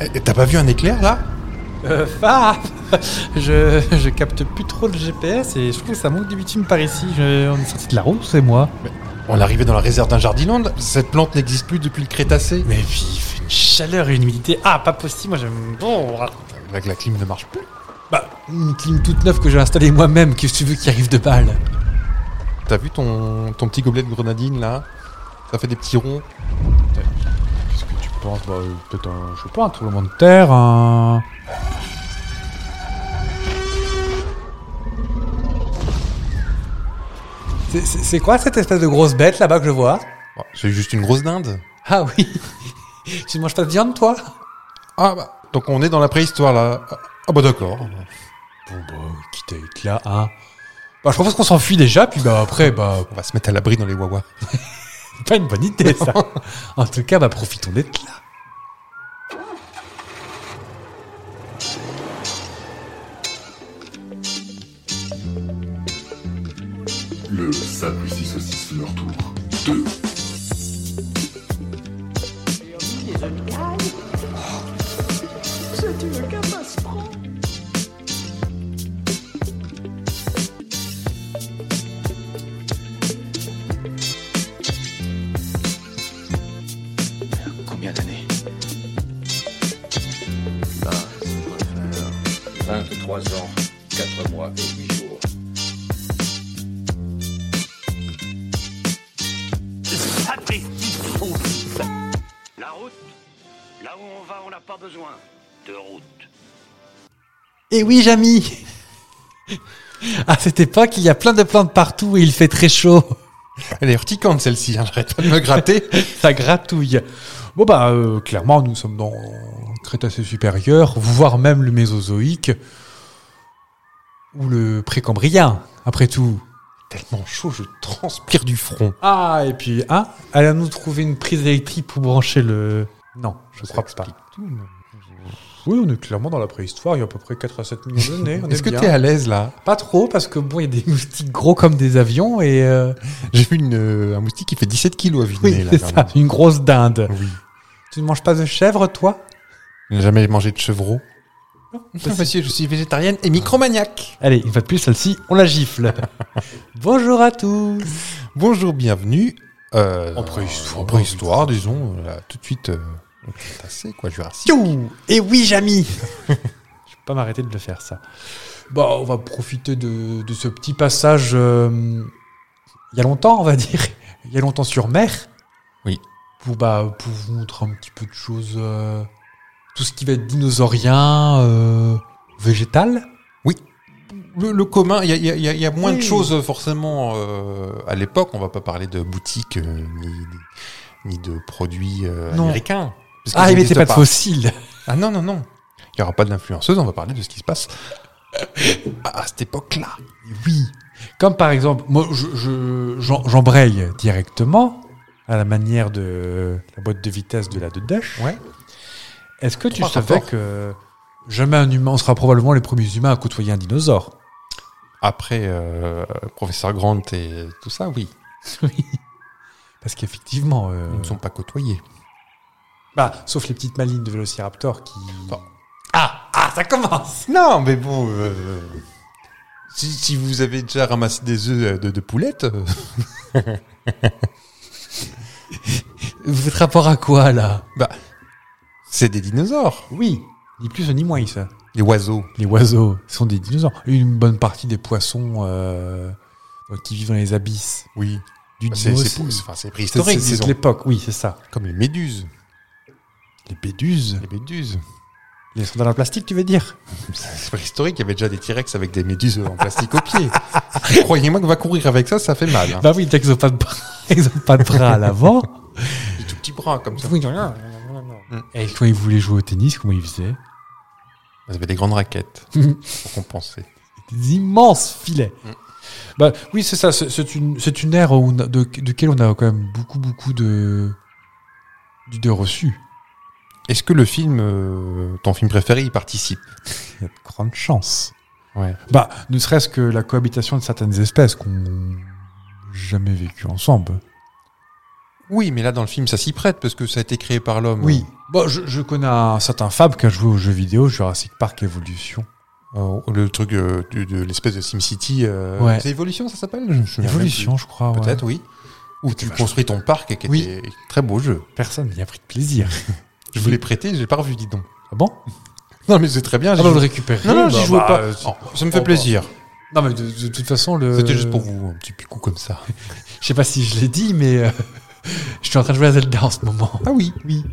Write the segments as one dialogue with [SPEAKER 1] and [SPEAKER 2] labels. [SPEAKER 1] Eh, T'as pas vu un éclair là
[SPEAKER 2] Euh, ah je, je capte plus trop le GPS et je trouve que ça manque de bitume par ici. Je- on est sorti de la route, c'est moi.
[SPEAKER 1] On est arrivé dans la réserve d'un jardinland. Cette plante n'existe plus depuis le Crétacé.
[SPEAKER 2] Mais puis il fait une chaleur et une humidité. Ah, pas possible, moi j'aime. Bon, ah.
[SPEAKER 1] La, la clim ne marche plus.
[SPEAKER 2] bah, une clim toute neuve que j'ai installée moi-même, qu'est-ce que tu veux qui arrive de balle
[SPEAKER 1] T'as vu ton, ton petit gobelet de grenadine là Ça fait des petits ronds.
[SPEAKER 2] Qu'est-ce que tu penses bah, euh, Peut-être un, je sais pas, un tremblement de terre, un... C'est- C'est c'est quoi cette espèce de grosse bête là-bas que je vois
[SPEAKER 1] Bon, C'est juste une grosse dinde.
[SPEAKER 2] Ah oui Tu ne manges pas de viande toi
[SPEAKER 1] Ah bah, donc on est dans la préhistoire là. Ah, Ah bah d'accord.
[SPEAKER 2] Bon bah, quitte à être là, hein. Bah je propose qu'on s'enfuit déjà, puis bah après, bah...
[SPEAKER 1] On va se mettre à l'abri dans les wawas.
[SPEAKER 2] C'est pas une bonne idée ça En tout cas, bah profitons d'être là.
[SPEAKER 3] Le Sapristi Saucisse fait leur tour. 2.
[SPEAKER 4] C'est une catastrophe.
[SPEAKER 5] Combien d'années 23 ans, 4 mois et 8 jours.
[SPEAKER 6] La route, là où on va, on n'a pas besoin de route.
[SPEAKER 2] Et Eh oui, Jamy À cette époque, il y a plein de plantes partout et il fait très chaud.
[SPEAKER 1] Elle est urticante celle-ci, hein, j'arrête pas de me gratter.
[SPEAKER 2] Ça gratouille. Bon bah, euh, clairement, nous sommes dans le Crétacé supérieur, voire même le Mésozoïque, ou le Précambrien, après tout.
[SPEAKER 1] Tellement chaud, je transpire du front.
[SPEAKER 2] Ah, et puis, hein Elle a nous trouvé une prise électrique pour brancher le... Non, je crois pas. Oui, on est clairement dans la préhistoire, il y a à peu près 4 à 7 millions d'années. on
[SPEAKER 1] Est-ce que
[SPEAKER 2] bien.
[SPEAKER 1] t'es à l'aise là
[SPEAKER 2] Pas trop, parce que bon, il y a des moustiques gros comme des avions, et... euh,
[SPEAKER 1] J'ai vu une, euh, un moustique qui fait 17 kilos à vue de nez,
[SPEAKER 2] Oui,
[SPEAKER 1] là.
[SPEAKER 2] c'est ça,
[SPEAKER 1] vraiment.
[SPEAKER 2] une grosse dinde.
[SPEAKER 1] Oui.
[SPEAKER 2] Tu ne manges pas de chèvre, toi
[SPEAKER 1] Je n'ai jamais mangé de chevreau.
[SPEAKER 2] Non,
[SPEAKER 1] monsieur, je suis végétarienne et micromaniaque.
[SPEAKER 2] Allez, une fois de plus, celle-ci, on la gifle. Bonjour à tous
[SPEAKER 1] Bonjour, bienvenue. euh,
[SPEAKER 2] En préhistoire.
[SPEAKER 1] en préhistoire, disons. là, tout de suite, euh, au Crétacé, quoi, Jurassique.
[SPEAKER 2] Et Eh oui, Jamy Je vais pas m'arrêter de le faire, ça. Bah, on va profiter de, de ce petit passage... euh, il y a longtemps, on va dire. Il y a longtemps sur mer.
[SPEAKER 1] Oui.
[SPEAKER 2] Pour, bah, pour vous montrer un petit peu de choses... euh, tout ce qui va être dinosaurien, euh, végétal.
[SPEAKER 1] Le, le commun, il y a, il y a- il y a- il y a moins de
[SPEAKER 2] Oui.
[SPEAKER 1] choses euh, forcément euh, à l'époque. On va pas parler de boutique euh, ni, ni- ni de produits euh,
[SPEAKER 2] Non.
[SPEAKER 1] américains. parce qu'ils
[SPEAKER 2] Ah, il
[SPEAKER 1] n'existent
[SPEAKER 2] mettait pas de fossiles
[SPEAKER 1] Ah non, non, non. Il n'y aura pas d'influenceuse, on va parler de ce qui se passe à, à cette époque-là.
[SPEAKER 2] Oui. Comme par exemple, moi, je, je- j'en- j'embraye directement à la manière de la boîte de vitesse de la de Dash.
[SPEAKER 1] Ouais.
[SPEAKER 2] Est-ce que tu
[SPEAKER 1] Trois
[SPEAKER 2] savais
[SPEAKER 1] rapports.
[SPEAKER 2] que jamais un humain on sera probablement les premiers humains à côtoyer un dinosaure
[SPEAKER 1] Après euh, Professeur Grant et tout ça, oui.
[SPEAKER 2] Oui. Parce qu'effectivement, euh,
[SPEAKER 1] Ils ne sont pas côtoyés.
[SPEAKER 2] bah, sauf les petites malines de Vélociraptor qui.
[SPEAKER 1] Bon.
[SPEAKER 2] Ah, ah, ça commence.
[SPEAKER 1] Non, mais bon. euh, si, si vous avez déjà ramassé des œufs euh, de, de poulette, euh,
[SPEAKER 2] Vous faites rapport à quoi là
[SPEAKER 1] bah, c'est des dinosaures.
[SPEAKER 2] Oui, ni plus ni moins ça.
[SPEAKER 1] Les oiseaux.
[SPEAKER 2] Les oiseaux sont des dinosaures. Une bonne partie des poissons euh, euh, qui vivent dans les abysses
[SPEAKER 1] Oui.
[SPEAKER 2] du
[SPEAKER 1] C'est
[SPEAKER 2] dino,
[SPEAKER 1] c'est-
[SPEAKER 2] c'est-
[SPEAKER 1] c'est- enfin, Bah, c'est
[SPEAKER 2] c'est-
[SPEAKER 1] préhistorique,
[SPEAKER 2] c'est c'est de
[SPEAKER 1] disons.
[SPEAKER 2] l'époque, oui, c'est ça.
[SPEAKER 1] Comme les méduses.
[SPEAKER 2] Les béduses,
[SPEAKER 1] Les méduses.
[SPEAKER 2] les sandales en plastique, tu veux dire
[SPEAKER 1] C'est préhistorique, il y avait déjà des T-Rex avec des méduses en plastique au pied. Croyez-moi que va courir avec ça, ça fait mal. hein.
[SPEAKER 2] Bah oui, t'as qu'ils ont pas de bras, ils ont pas de bras à l'avant.
[SPEAKER 1] Des tout petits bras comme ça.
[SPEAKER 2] Oui, non, non, non, non, non. Et quand ils voulaient jouer au tennis, comment ils faisaient
[SPEAKER 1] Vous avez des grandes raquettes pour compenser.
[SPEAKER 2] Des immenses filets. Bah oui, c'est ça. C'est- C'est une, c'est une ère où on a- de, duquel on a quand même beaucoup, beaucoup de d'idées reçues.
[SPEAKER 1] Est-ce que le film, euh, ton film préféré, y participe
[SPEAKER 2] Il y a de grandes chances.
[SPEAKER 1] Ouais.
[SPEAKER 2] Bah, ne serait-ce que la cohabitation de certaines espèces qu'on n'a jamais vécu ensemble.
[SPEAKER 1] Oui, mais là dans le film, ça s'y prête parce que ça a été créé par l'homme.
[SPEAKER 2] Bon, je, je connais un certain Fab qui a joué aux jeux vidéo Jurassic Park Evolution.
[SPEAKER 1] Euh, le truc euh, du- de, l'espèce de SimCity. euh,
[SPEAKER 2] Ouais.
[SPEAKER 1] C'est Evolution, ça s'appelle Je me souviens
[SPEAKER 2] Évolution,
[SPEAKER 1] même
[SPEAKER 2] je crois.
[SPEAKER 1] plus.
[SPEAKER 2] ouais.
[SPEAKER 1] Peut-être, oui. Où tu construis ton parc et qui
[SPEAKER 2] Oui.
[SPEAKER 1] était très beau jeu.
[SPEAKER 2] Personne n'y a pris de plaisir.
[SPEAKER 1] Je voulais prêter, j'ai pas revu, dis donc.
[SPEAKER 2] Ah bon
[SPEAKER 1] Non, mais c'est très bien.
[SPEAKER 2] Ah
[SPEAKER 1] j'y
[SPEAKER 2] bah,
[SPEAKER 1] joue-
[SPEAKER 2] le récupérer.
[SPEAKER 1] non, non,
[SPEAKER 2] bah,
[SPEAKER 1] j'y jouais
[SPEAKER 2] bah,
[SPEAKER 1] pas.
[SPEAKER 2] euh,
[SPEAKER 1] Oh, ça me fait
[SPEAKER 2] oh, bah.
[SPEAKER 1] plaisir.
[SPEAKER 2] Non, mais de, de toute façon, le.
[SPEAKER 1] C'était juste pour vous, un petit coup comme ça.
[SPEAKER 2] Je sais pas si je l'ai dit, mais euh, je suis en train de jouer à Zelda en ce moment.
[SPEAKER 1] Ah oui, oui.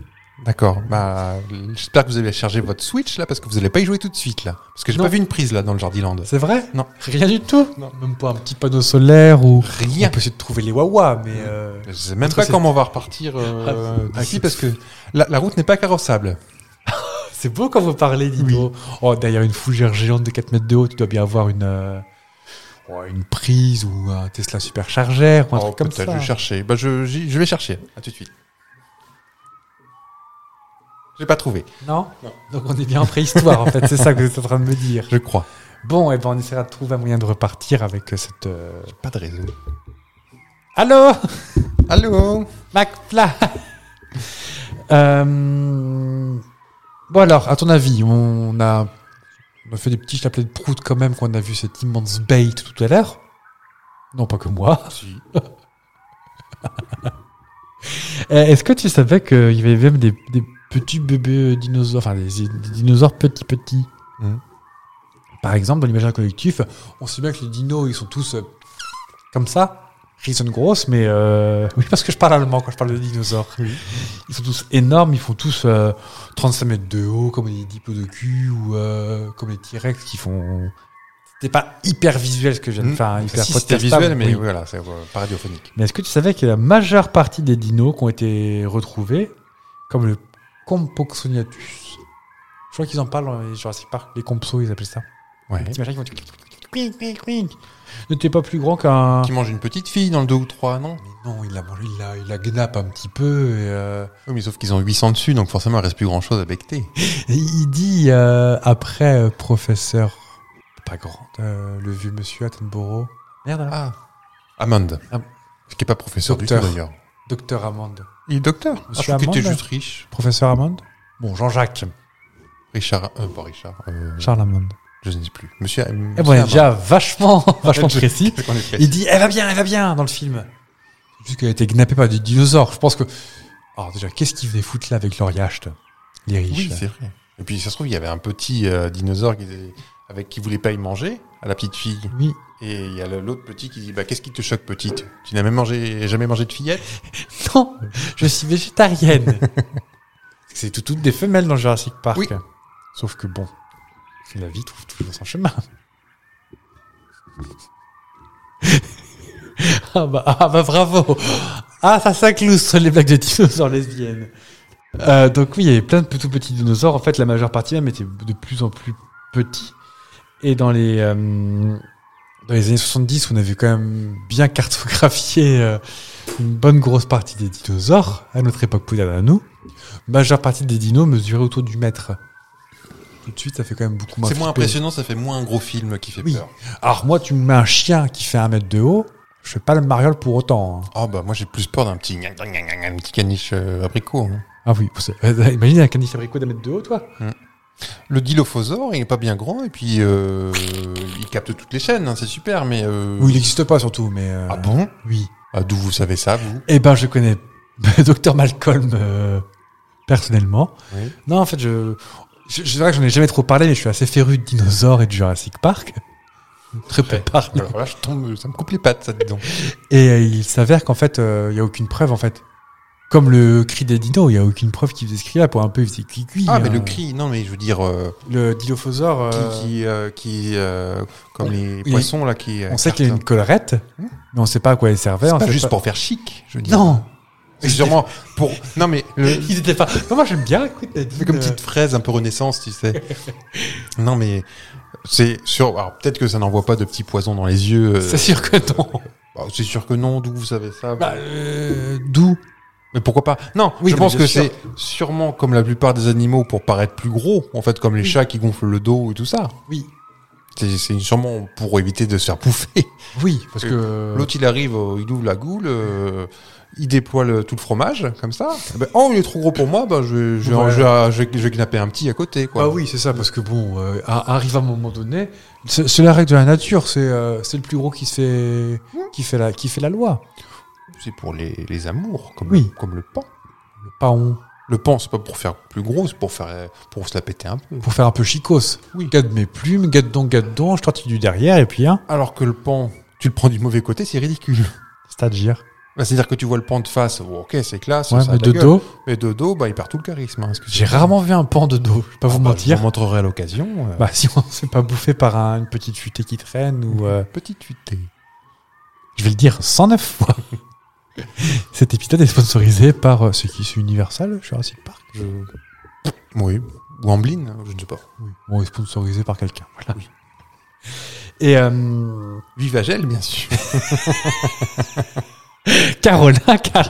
[SPEAKER 1] D'accord. Bah, j'espère que vous avez chargé votre Switch là, parce que vous n'allez pas y jouer tout de suite là, parce que j'ai
[SPEAKER 2] Non.
[SPEAKER 1] pas vu une prise là dans le Jardiland.
[SPEAKER 2] C'est vrai
[SPEAKER 1] Non.
[SPEAKER 2] Rien du tout Même pas un petit panneau solaire ou.
[SPEAKER 1] Rien.
[SPEAKER 2] On peut essayer de trouver les Wawa, mais. euh,
[SPEAKER 1] Je sais même
[SPEAKER 2] Entre
[SPEAKER 1] pas
[SPEAKER 2] ces-
[SPEAKER 1] comment on va repartir euh,
[SPEAKER 2] Ah,
[SPEAKER 1] d'ici
[SPEAKER 2] c'est-
[SPEAKER 1] parce que la, la route n'est pas carrossable.
[SPEAKER 2] C'est beau quand vous parlez, Dino. Oh, derrière une fougère géante de 4 mètres de haut, tu dois bien avoir une. euh, ouais, une prise ou un Tesla superchargeur ou un
[SPEAKER 1] Oh,
[SPEAKER 2] truc comme
[SPEAKER 1] peut-être,
[SPEAKER 2] ça.
[SPEAKER 1] Je vais chercher. Bah, je, j'y- je vais chercher. À tout de suite. J'ai pas trouvé,
[SPEAKER 2] Non, Donc on est bien en préhistoire, en fait, c'est ça que vous êtes en train de me dire.
[SPEAKER 1] je crois.
[SPEAKER 2] Bon, et ben on essaiera de trouver un moyen de repartir avec euh, cette. euh,
[SPEAKER 1] Pas de réseau.
[SPEAKER 2] Allô
[SPEAKER 1] Allô.
[SPEAKER 2] McFly Euh, Bon alors, à ton avis, on a, on a fait des petits chapelets de prout quand même quand on a vu cette immense bait tout à l'heure. Non, pas que moi. Euh, Est-ce que tu savais qu'il y avait même des, des petits bébés euh, dinosaures, enfin des, des dinosaures petits petits
[SPEAKER 1] Mhm.
[SPEAKER 2] Par exemple, dans l'imaginaire collectif, on sait bien que les dinos, ils sont tous euh, comme ça. Ils sont grosses, mais euh, oui, parce que je parle allemand quand je parle de dinosaures. Ils sont tous énormes, ils font tous euh, 35 mètres de haut, comme les diplodocus ou euh, comme les T-Rex qui font. C'était pas hyper visuel ce que je viens de
[SPEAKER 1] Hmm.
[SPEAKER 2] faire, hein, hyper
[SPEAKER 1] si c'était
[SPEAKER 2] podcastable,
[SPEAKER 1] visuel, mais
[SPEAKER 2] oui.
[SPEAKER 1] voilà, c'est euh, pas radiophonique.
[SPEAKER 2] Mais est-ce que tu savais que la majeure partie des dinos qui ont été retrouvés, comme le Compsognathus, je crois qu'ils en parlent dans les Jurassic Park, les Compsos, ils appellent ça.
[SPEAKER 1] Ouais.
[SPEAKER 2] T'imagines qu'ils vont tout- Quink, quink, quink. N'était pas plus grand qu'un.
[SPEAKER 1] Qui mange une petite fille dans le 2 ou 3, non
[SPEAKER 2] Mais non, il la mangé, il la, il la guenappe un petit peu. Et, euh,
[SPEAKER 1] Oui, mais sauf qu'ils ont 800 dessus, donc forcément, il reste plus grand chose à becter.
[SPEAKER 2] et il dit euh, après euh, professeur, pas grand, euh, le vieux monsieur Attenborough. Merde, alors.
[SPEAKER 1] Ah, Amand.
[SPEAKER 2] Ah.
[SPEAKER 1] Ce qui n'est pas professeur
[SPEAKER 2] Docteur.
[SPEAKER 1] du tout d'ailleurs.
[SPEAKER 2] Ah, docteur Amande.
[SPEAKER 1] Il est docteur.
[SPEAKER 2] Monsieur
[SPEAKER 1] Ah, je crois qu'il était
[SPEAKER 2] Amand.
[SPEAKER 1] juste riche.
[SPEAKER 2] Professeur Amande Bon, Jean-Jacques.
[SPEAKER 1] Richard, euh, pas Richard, euh,
[SPEAKER 2] Charles Amande.
[SPEAKER 1] je ne sais plus. Monsieur. euh,
[SPEAKER 2] Eh
[SPEAKER 1] monsieur
[SPEAKER 2] bon, on est
[SPEAKER 1] Amand.
[SPEAKER 2] déjà vachement, vachement
[SPEAKER 1] Je-
[SPEAKER 2] précis.
[SPEAKER 1] Qu'est-ce qu'on est précis
[SPEAKER 2] Il dit, elle va bien, elle va bien dans le film. Juste qu'elle a été kidnappée par des dinosaures. Je pense que. Alors, déjà, qu'est-ce qu'ils venaient foutre là avec leur yacht Les riches.
[SPEAKER 1] Oui, c'est vrai. Et puis, ça se trouve, il y avait un petit euh, dinosaure qui, avec qui voulait pas y manger, à la petite fille.
[SPEAKER 2] Oui.
[SPEAKER 1] Et il y a le- l'autre petit qui dit bah, Qu'est-ce qui te choque, petite Tu n'as même mangé, jamais mangé de fillette
[SPEAKER 2] Non, je suis végétarienne. Parce que c'est tout, toutes des femelles dans Jurassic Park.
[SPEAKER 1] Oui.
[SPEAKER 2] Sauf que bon, la vie trouve toujours son chemin. ah, bah, ah bah bravo Ah ça s'incluse sur les blagues de dinosaures lesbiennes. Euh, donc oui, il y avait plein de tout petits dinosaures. En fait, la majeure partie même était de plus en plus petits. Et dans les, euh, dans les années 70, on avait quand même bien cartographié euh, une bonne grosse partie des dinosaures, à notre époque poudre à nous, majeure partie des dinos mesurait autour du mètre. Tout de suite, ça fait quand même beaucoup moins
[SPEAKER 1] C'est moins
[SPEAKER 2] flipper.
[SPEAKER 1] impressionnant, ça fait moins un gros film qui fait
[SPEAKER 2] Oui.
[SPEAKER 1] peur.
[SPEAKER 2] Alors moi, tu me mets un chien qui fait un mètre de haut, je fais pas le mariole pour autant. hein.
[SPEAKER 1] Oh, bah, moi, j'ai plus peur d'un petit, gna, gna, gna, gna, un petit caniche euh, apricot. hein.
[SPEAKER 2] Ah oui, vous- euh, imagine un canif abricot d'un mètre de haut, toi
[SPEAKER 1] Le dilophosaure, il est pas bien grand, et puis euh, il capte toutes les chaînes, hein, c'est super, mais. euh,
[SPEAKER 2] Oui, il n'existe pas surtout, mais... euh,
[SPEAKER 1] Ah bon
[SPEAKER 2] Oui.
[SPEAKER 1] Ah, D'où vous savez ça, vous
[SPEAKER 2] Eh ben, je connais le docteur Malcolm euh, personnellement.
[SPEAKER 1] Oui.
[SPEAKER 2] Non, en fait, je, je c'est vrai que j'en ai jamais trop parlé, mais je suis assez féru de dinosaures et de Jurassic Park. Très peu parlé.
[SPEAKER 1] Alors là, je tombe, ça me coupe les pattes, ça, dis donc.
[SPEAKER 2] Et euh, il s'avère qu'en fait, euh, il y a aucune preuve en fait. Comme le cri des dinos, il y a aucune preuve qui faisait ce cri-là. Pour un peu, il faisait cuicui.
[SPEAKER 1] Ah, mais
[SPEAKER 2] hein.
[SPEAKER 1] le cri, non, mais je veux dire, euh,
[SPEAKER 2] le dilophosaure.
[SPEAKER 1] qui,
[SPEAKER 2] euh,
[SPEAKER 1] qui, euh, qui, euh, comme les
[SPEAKER 2] il est-
[SPEAKER 1] poissons, là, qui.
[SPEAKER 2] on sait qu'il y a une collerette,
[SPEAKER 1] Hmm.
[SPEAKER 2] mais on sait pas à quoi elle servait. on
[SPEAKER 1] Pas
[SPEAKER 2] sait
[SPEAKER 1] juste
[SPEAKER 2] pas-
[SPEAKER 1] pour faire chic, je veux dire.
[SPEAKER 2] Non.
[SPEAKER 1] C'est sûrement pour. Non, mais. Le...
[SPEAKER 2] Ils étaient pas. Non, moi j'aime bien. Écoute, la
[SPEAKER 1] Euh. C'est comme
[SPEAKER 2] dino.
[SPEAKER 1] petite fraise un peu renaissance, tu sais. non, mais. C'est sûr. Alors, peut-être que ça n'envoie pas de petits poisons dans les yeux. euh,
[SPEAKER 2] C'est sûr que non.
[SPEAKER 1] bah, c'est sûr que non, d'où vous savez ça
[SPEAKER 2] Bah, euh, D'où
[SPEAKER 1] Mais pourquoi pas Non,
[SPEAKER 2] Oui,
[SPEAKER 1] je
[SPEAKER 2] non,
[SPEAKER 1] pense
[SPEAKER 2] mais
[SPEAKER 1] que
[SPEAKER 2] bien
[SPEAKER 1] c'est sûrement comme la plupart des animaux pour paraître plus gros, en fait, comme les chats qui gonflent le dos et tout ça.
[SPEAKER 2] Oui.
[SPEAKER 1] C'est c'est sûrement pour éviter de se faire bouffer.
[SPEAKER 2] Oui, parce
[SPEAKER 1] Euh,
[SPEAKER 2] que.
[SPEAKER 1] L'autre, il arrive, euh, il ouvre la goule, euh, il déploie le- tout le fromage, comme ça. Eh ben, oh, il est trop gros pour moi, bah, je, vais- je, vais-
[SPEAKER 2] Ouais.
[SPEAKER 1] je, vais- je vais- je vais kidnapper un petit à côté. Quoi.
[SPEAKER 2] Ah oui, c'est ça, parce que bon, euh, à- arrive un moment donné, c'est c'est la règle de la nature, c'est euh, c'est le plus gros qui, se fait, qui, fait la, qui fait la loi.
[SPEAKER 1] C'est pour les, les amours, comme,
[SPEAKER 2] Oui.
[SPEAKER 1] comme le pan.
[SPEAKER 2] Pas on,
[SPEAKER 1] Le pan, c'est pas pour faire plus gros, c'est pour, faire, pour se la péter un peu.
[SPEAKER 2] pour faire un peu chicos.
[SPEAKER 1] Oui.
[SPEAKER 2] Gade mes plumes, gade donc, gade donc, je tortille du derrière, et puis, hein,
[SPEAKER 1] Alors que le pan, tu le prends du mauvais côté, c'est ridicule.
[SPEAKER 2] c'est-à-dire.
[SPEAKER 1] Bah, C'est-à-dire que tu vois le pan de face, bon, ok, c'est classe,
[SPEAKER 2] Ouais,
[SPEAKER 1] ça a
[SPEAKER 2] mais
[SPEAKER 1] de
[SPEAKER 2] de
[SPEAKER 1] la gueule.
[SPEAKER 2] dos,
[SPEAKER 1] Mais de dos, bah, il perd tout le charisme. hein, excusez-moi.
[SPEAKER 2] j'ai rarement vu un pan de dos, je vais pas vous
[SPEAKER 1] Bah,
[SPEAKER 2] mentir.
[SPEAKER 1] Je vous montrerai à l'occasion. euh,
[SPEAKER 2] Bah, si on s'est pas bouffé par un- une petite futée qui traîne ou. euh,
[SPEAKER 1] Petite tutée.
[SPEAKER 2] je vais le dire 109 fois. Cet épisode est sponsorisé par euh, ce qui est Universal, Jurassic Park.
[SPEAKER 1] Je... Oui. Ou Amblin, je ne sais pas.
[SPEAKER 2] Bon, est sponsorisé par quelqu'un. Voilà. Et euh,
[SPEAKER 1] Vivagel, bien sûr.
[SPEAKER 2] Carolin, Car...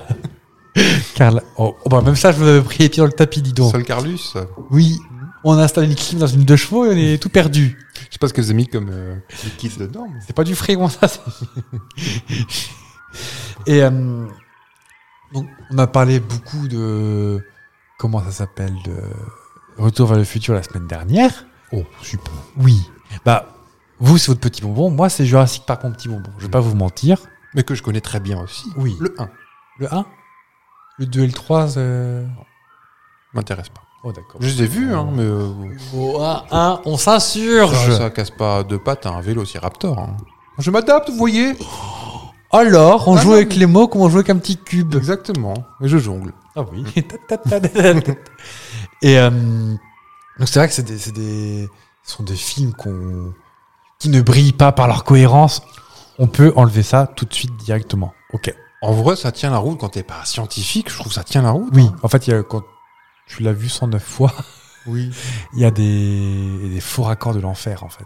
[SPEAKER 2] Carla. Oh, oh, bah, même ça, je vous avais pris les pieds dans le tapis, dis donc.
[SPEAKER 1] Sol Carlus. euh,
[SPEAKER 2] Oui, on a installé une clim dans une deux chevaux et on est tout perdu.
[SPEAKER 1] Je sais pas ce que vous avez mis comme euh, liquide dedans. mais-
[SPEAKER 2] C'est pas du frigo, ça. c'est- Et euh, donc, on a parlé beaucoup de comment ça s'appelle de Retour vers le futur la semaine dernière.
[SPEAKER 1] Oh, super.
[SPEAKER 2] Oui. Bah, vous c'est votre petit bonbon, moi c'est Jurassic Park mon petit bonbon. Je vais pas vous mentir.
[SPEAKER 1] Mais que je connais très bien aussi.
[SPEAKER 2] Oui.
[SPEAKER 1] Le 1
[SPEAKER 2] Le 1, le 2 et le 3. euh,
[SPEAKER 1] m'intéresse pas.
[SPEAKER 2] Oh d'accord.
[SPEAKER 1] Je les ai vus, hein, mais euh,
[SPEAKER 2] Au 1, 1, on
[SPEAKER 1] ça,
[SPEAKER 2] s'insurge.
[SPEAKER 1] ça casse pas deux pattes à un vélociraptor. hein. Je m'adapte, vous voyez
[SPEAKER 2] Alors, on
[SPEAKER 1] Ah,
[SPEAKER 2] joue
[SPEAKER 1] non,
[SPEAKER 2] avec les mots comme on jouait avec un petit cube.
[SPEAKER 1] Exactement. Et je jongle.
[SPEAKER 2] Ah oui. et euh, donc c'est vrai que c'est des, c'est des, ce sont des films qu'on, qui ne brillent pas par leur cohérence. On peut enlever ça tout de suite directement. Ok.
[SPEAKER 1] En vrai, ça tient la route quand t'es pas scientifique. Je trouve ça tient la route.
[SPEAKER 2] Oui.
[SPEAKER 1] hein.
[SPEAKER 2] En fait, il y a, quand tu l'as vu 109 fois,
[SPEAKER 1] Oui.
[SPEAKER 2] il y a des, des faux raccords de l'enfer en fait.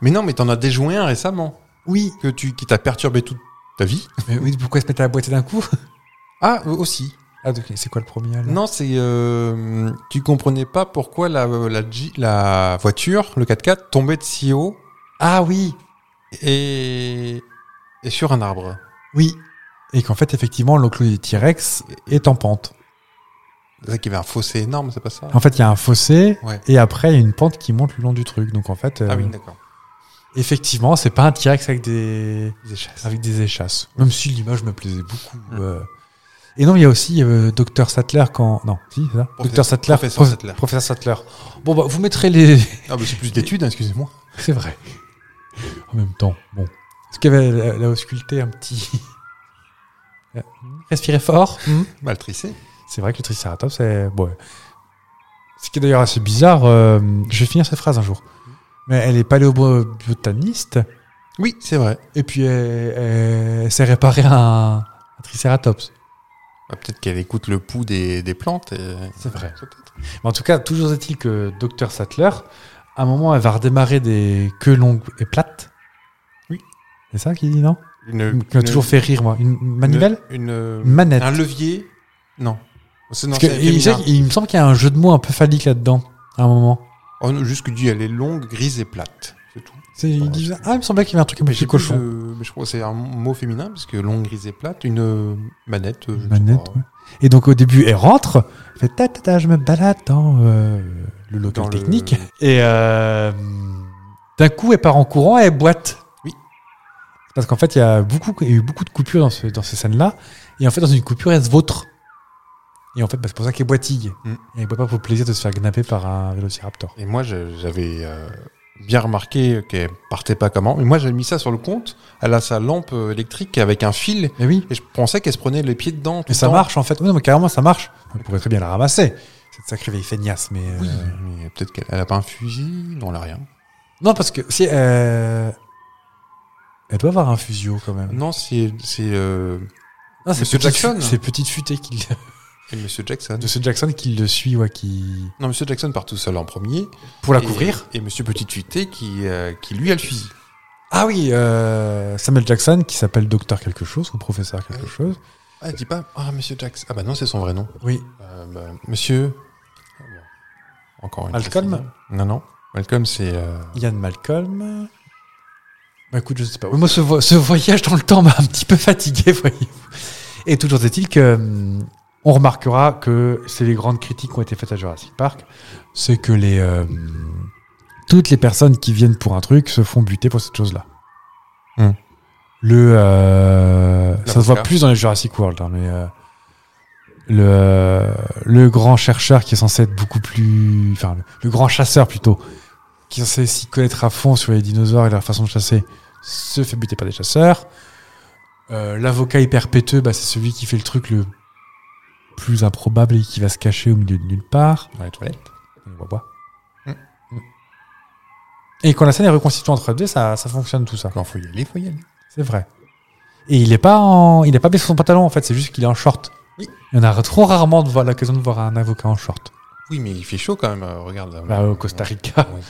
[SPEAKER 1] Mais non, mais t'en as déjoué un récemment.
[SPEAKER 2] Oui.
[SPEAKER 1] Que tu, qui t'a perturbé toute ta vie.
[SPEAKER 2] Mais oui. Pourquoi se mettre à la boîte d'un coup
[SPEAKER 1] Ah, euh, aussi.
[SPEAKER 2] Ah donc, c'est quoi le premier alors
[SPEAKER 1] Non, c'est euh, tu comprenais pas pourquoi la euh, la, G- la voiture, le 4x4 tombait de si haut
[SPEAKER 2] Ah oui.
[SPEAKER 1] et, et sur un arbre.
[SPEAKER 2] Oui. Et qu'en fait, effectivement, l'enclos du T-Rex est en pente.
[SPEAKER 1] C'est ça qu'il y avait un fossé énorme, c'est pas ça
[SPEAKER 2] En fait, il y a un fossé
[SPEAKER 1] Ouais.
[SPEAKER 2] et après, il y a une pente qui monte le long du truc. Donc, en fait, euh,
[SPEAKER 1] Ah oui, d'accord.
[SPEAKER 2] effectivement, c'est pas un T-Rex avec des,
[SPEAKER 1] Des échasses.
[SPEAKER 2] avec des échasses. Même si l'image me plaisait beaucoup. euh. Et non, il y a aussi euh, Dr. Sattler quand. Non, si, c'est ça
[SPEAKER 1] Professeur-
[SPEAKER 2] Dr. Sattler.
[SPEAKER 1] Professeur
[SPEAKER 2] prof-
[SPEAKER 1] Sattler.
[SPEAKER 2] Professeur Sattler. Bon, bah, vous mettrez les.
[SPEAKER 1] Ah, mais c'est plus d'études, hein, excusez-moi.
[SPEAKER 2] c'est vrai. En même temps, bon. Est-ce qu'il y avait là, là, ausculté un petit. Respirez fort. Hmm.
[SPEAKER 1] Mal trissé.
[SPEAKER 2] C'est vrai que le Triceratops, c'est. Bon, ouais. ce qui est d'ailleurs assez bizarre, euh, je vais finir cette phrase un jour. Mais elle est paléobotaniste,
[SPEAKER 1] Oui, c'est vrai.
[SPEAKER 2] et puis elle, elle- elle s'est réparée un, un Triceratops.
[SPEAKER 1] Ah, Peut-être qu'elle écoute le pouls des, des plantes. Et...
[SPEAKER 2] C'est vrai.
[SPEAKER 1] Peut-être.
[SPEAKER 2] Mais en tout cas, toujours est-il que Dr. Sattler, à un moment, elle va redémarrer des queues longues et plates.
[SPEAKER 1] Oui. Euh,
[SPEAKER 2] C'est ça qu'il dit, non
[SPEAKER 1] Une,
[SPEAKER 2] Qui m'a
[SPEAKER 1] une-
[SPEAKER 2] toujours fait rire, moi. Une manivelle
[SPEAKER 1] une, une-
[SPEAKER 2] Une manette.
[SPEAKER 1] Un levier Non. C'est Ah, non,
[SPEAKER 2] Parce que
[SPEAKER 1] c'est
[SPEAKER 2] il,
[SPEAKER 1] féminin.
[SPEAKER 2] il- il me semble qu'il y a un jeu de mots un peu phallique là-dedans, à un moment.
[SPEAKER 1] Oh, non, juste que dit, elle est longue, grise et plate. C'est tout.
[SPEAKER 2] C'est- il dit, ah, il me semblait qu'il y avait un truc un peu
[SPEAKER 1] J'ai
[SPEAKER 2] plus
[SPEAKER 1] plus
[SPEAKER 2] cochon.
[SPEAKER 1] de- mais je crois que c'est un mot féminin, parce que longue, grise et plate, une euh, manette. euh, je ne sais
[SPEAKER 2] Manette,
[SPEAKER 1] pas,
[SPEAKER 2] ouais. Et donc au début, elle rentre, elle fait ta ta ta, je me balade dans euh, le local
[SPEAKER 1] Dans le-
[SPEAKER 2] technique. Et euh, d'un coup, elle part en courant et elle boite.
[SPEAKER 1] Oui.
[SPEAKER 2] Parce qu'en fait, il y a beaucoup, il y a eu beaucoup de coupures dans, ce- dans ces scènes-là. Et en fait, dans une coupure, elle se vautre. Et en fait, bah, c'est pour ça qu'elle boitille.
[SPEAKER 1] Mm.
[SPEAKER 2] Et elle boit pas pour le plaisir de se faire gnapper par un vélociraptor.
[SPEAKER 1] Et moi, je- j'avais euh, bien remarqué qu'elle partait pas comment. Mais moi, j'avais mis ça sur le compte. Elle a sa lampe euh, électrique avec un fil,
[SPEAKER 2] Mais oui.
[SPEAKER 1] et je pensais qu'elle se prenait les pieds dedans. tout
[SPEAKER 2] Mais
[SPEAKER 1] le
[SPEAKER 2] ça
[SPEAKER 1] temps.
[SPEAKER 2] marche, en fait. Oui, non, mais carrément, ça marche. On pourrait très bien la ramasser. Cette sacrée vieille feignasse, mais.
[SPEAKER 1] Oui,
[SPEAKER 2] euh,
[SPEAKER 1] mais peut-être qu'elle elle a pas un fusil. Non, elle a rien.
[SPEAKER 2] Non, parce que si. euh, Elle doit avoir un fusio quand même.
[SPEAKER 1] Non, c'est c'est euh,
[SPEAKER 2] Non, Ah, c'est hein.
[SPEAKER 1] Monsieur
[SPEAKER 2] Petite
[SPEAKER 1] Jackson.
[SPEAKER 2] Fu- C'est Petite Futée qui le-
[SPEAKER 1] c'est Monsieur Jackson.
[SPEAKER 2] de ce Jackson qui le suit, ouais, qui.
[SPEAKER 1] Non, Monsieur Jackson part tout seul en premier
[SPEAKER 2] Pour la
[SPEAKER 1] Et-
[SPEAKER 2] couvrir.
[SPEAKER 1] Et, Monsieur Petite Fuité qui euh, qui lui a le fusil.
[SPEAKER 2] Ah oui, euh, Samuel Jackson qui s'appelle Docteur quelque chose ou Professeur quelque
[SPEAKER 1] Oui.
[SPEAKER 2] chose.
[SPEAKER 1] Ah, elle dit pas ah Monsieur Jackson. Ah bah non, c'est son vrai nom.
[SPEAKER 2] Oui.
[SPEAKER 1] Euh, bah, monsieur. Ah, bon. Encore une.
[SPEAKER 2] Malcolm
[SPEAKER 1] précision. Non, non. Malcolm, c'est. euh,
[SPEAKER 2] Ian Malcolm. Bah écoute, je sais pas. Oui, moi, ce, vo- ce voyage dans le temps m'a un petit peu fatigué, voyez-vous. Et toujours est-il que hum, on remarquera que c'est les grandes critiques qui ont été faites à Jurassic Park, c'est que les euh, toutes les personnes qui viennent pour un truc se font buter pour cette chose-là.
[SPEAKER 1] Hmm.
[SPEAKER 2] Le euh, ça se voit
[SPEAKER 1] L'avocat.
[SPEAKER 2] plus dans les Jurassic World, hein, mais euh, le euh, le grand chercheur qui est censé être beaucoup plus, enfin le, le grand chasseur plutôt, qui est censé s'y connaître à fond sur les dinosaures et leur façon de chasser, se fait buter par des chasseurs. Euh, l'avocat hyper péteux, bah, c'est celui qui fait le truc le plus improbable et qui va se cacher au milieu de nulle part.
[SPEAKER 1] Dans les toilettes.
[SPEAKER 2] On le voit pas.
[SPEAKER 1] Mm.
[SPEAKER 2] Mm. Et quand la scène est reconstituée en 3D, ça, ça fonctionne tout ça.
[SPEAKER 1] Quand faut y aller, faut y aller.
[SPEAKER 2] C'est vrai. Et il est pas en, il a pas baissé son pantalon en fait, c'est juste qu'il est en short.
[SPEAKER 1] Oui.
[SPEAKER 2] Il y en a trop rarement de voir l'occasion de voir un avocat en short.
[SPEAKER 1] Oui, mais il fait chaud quand même. euh, regarde. là.
[SPEAKER 2] Bah, Ah. au Costa Rica.
[SPEAKER 1] Oui.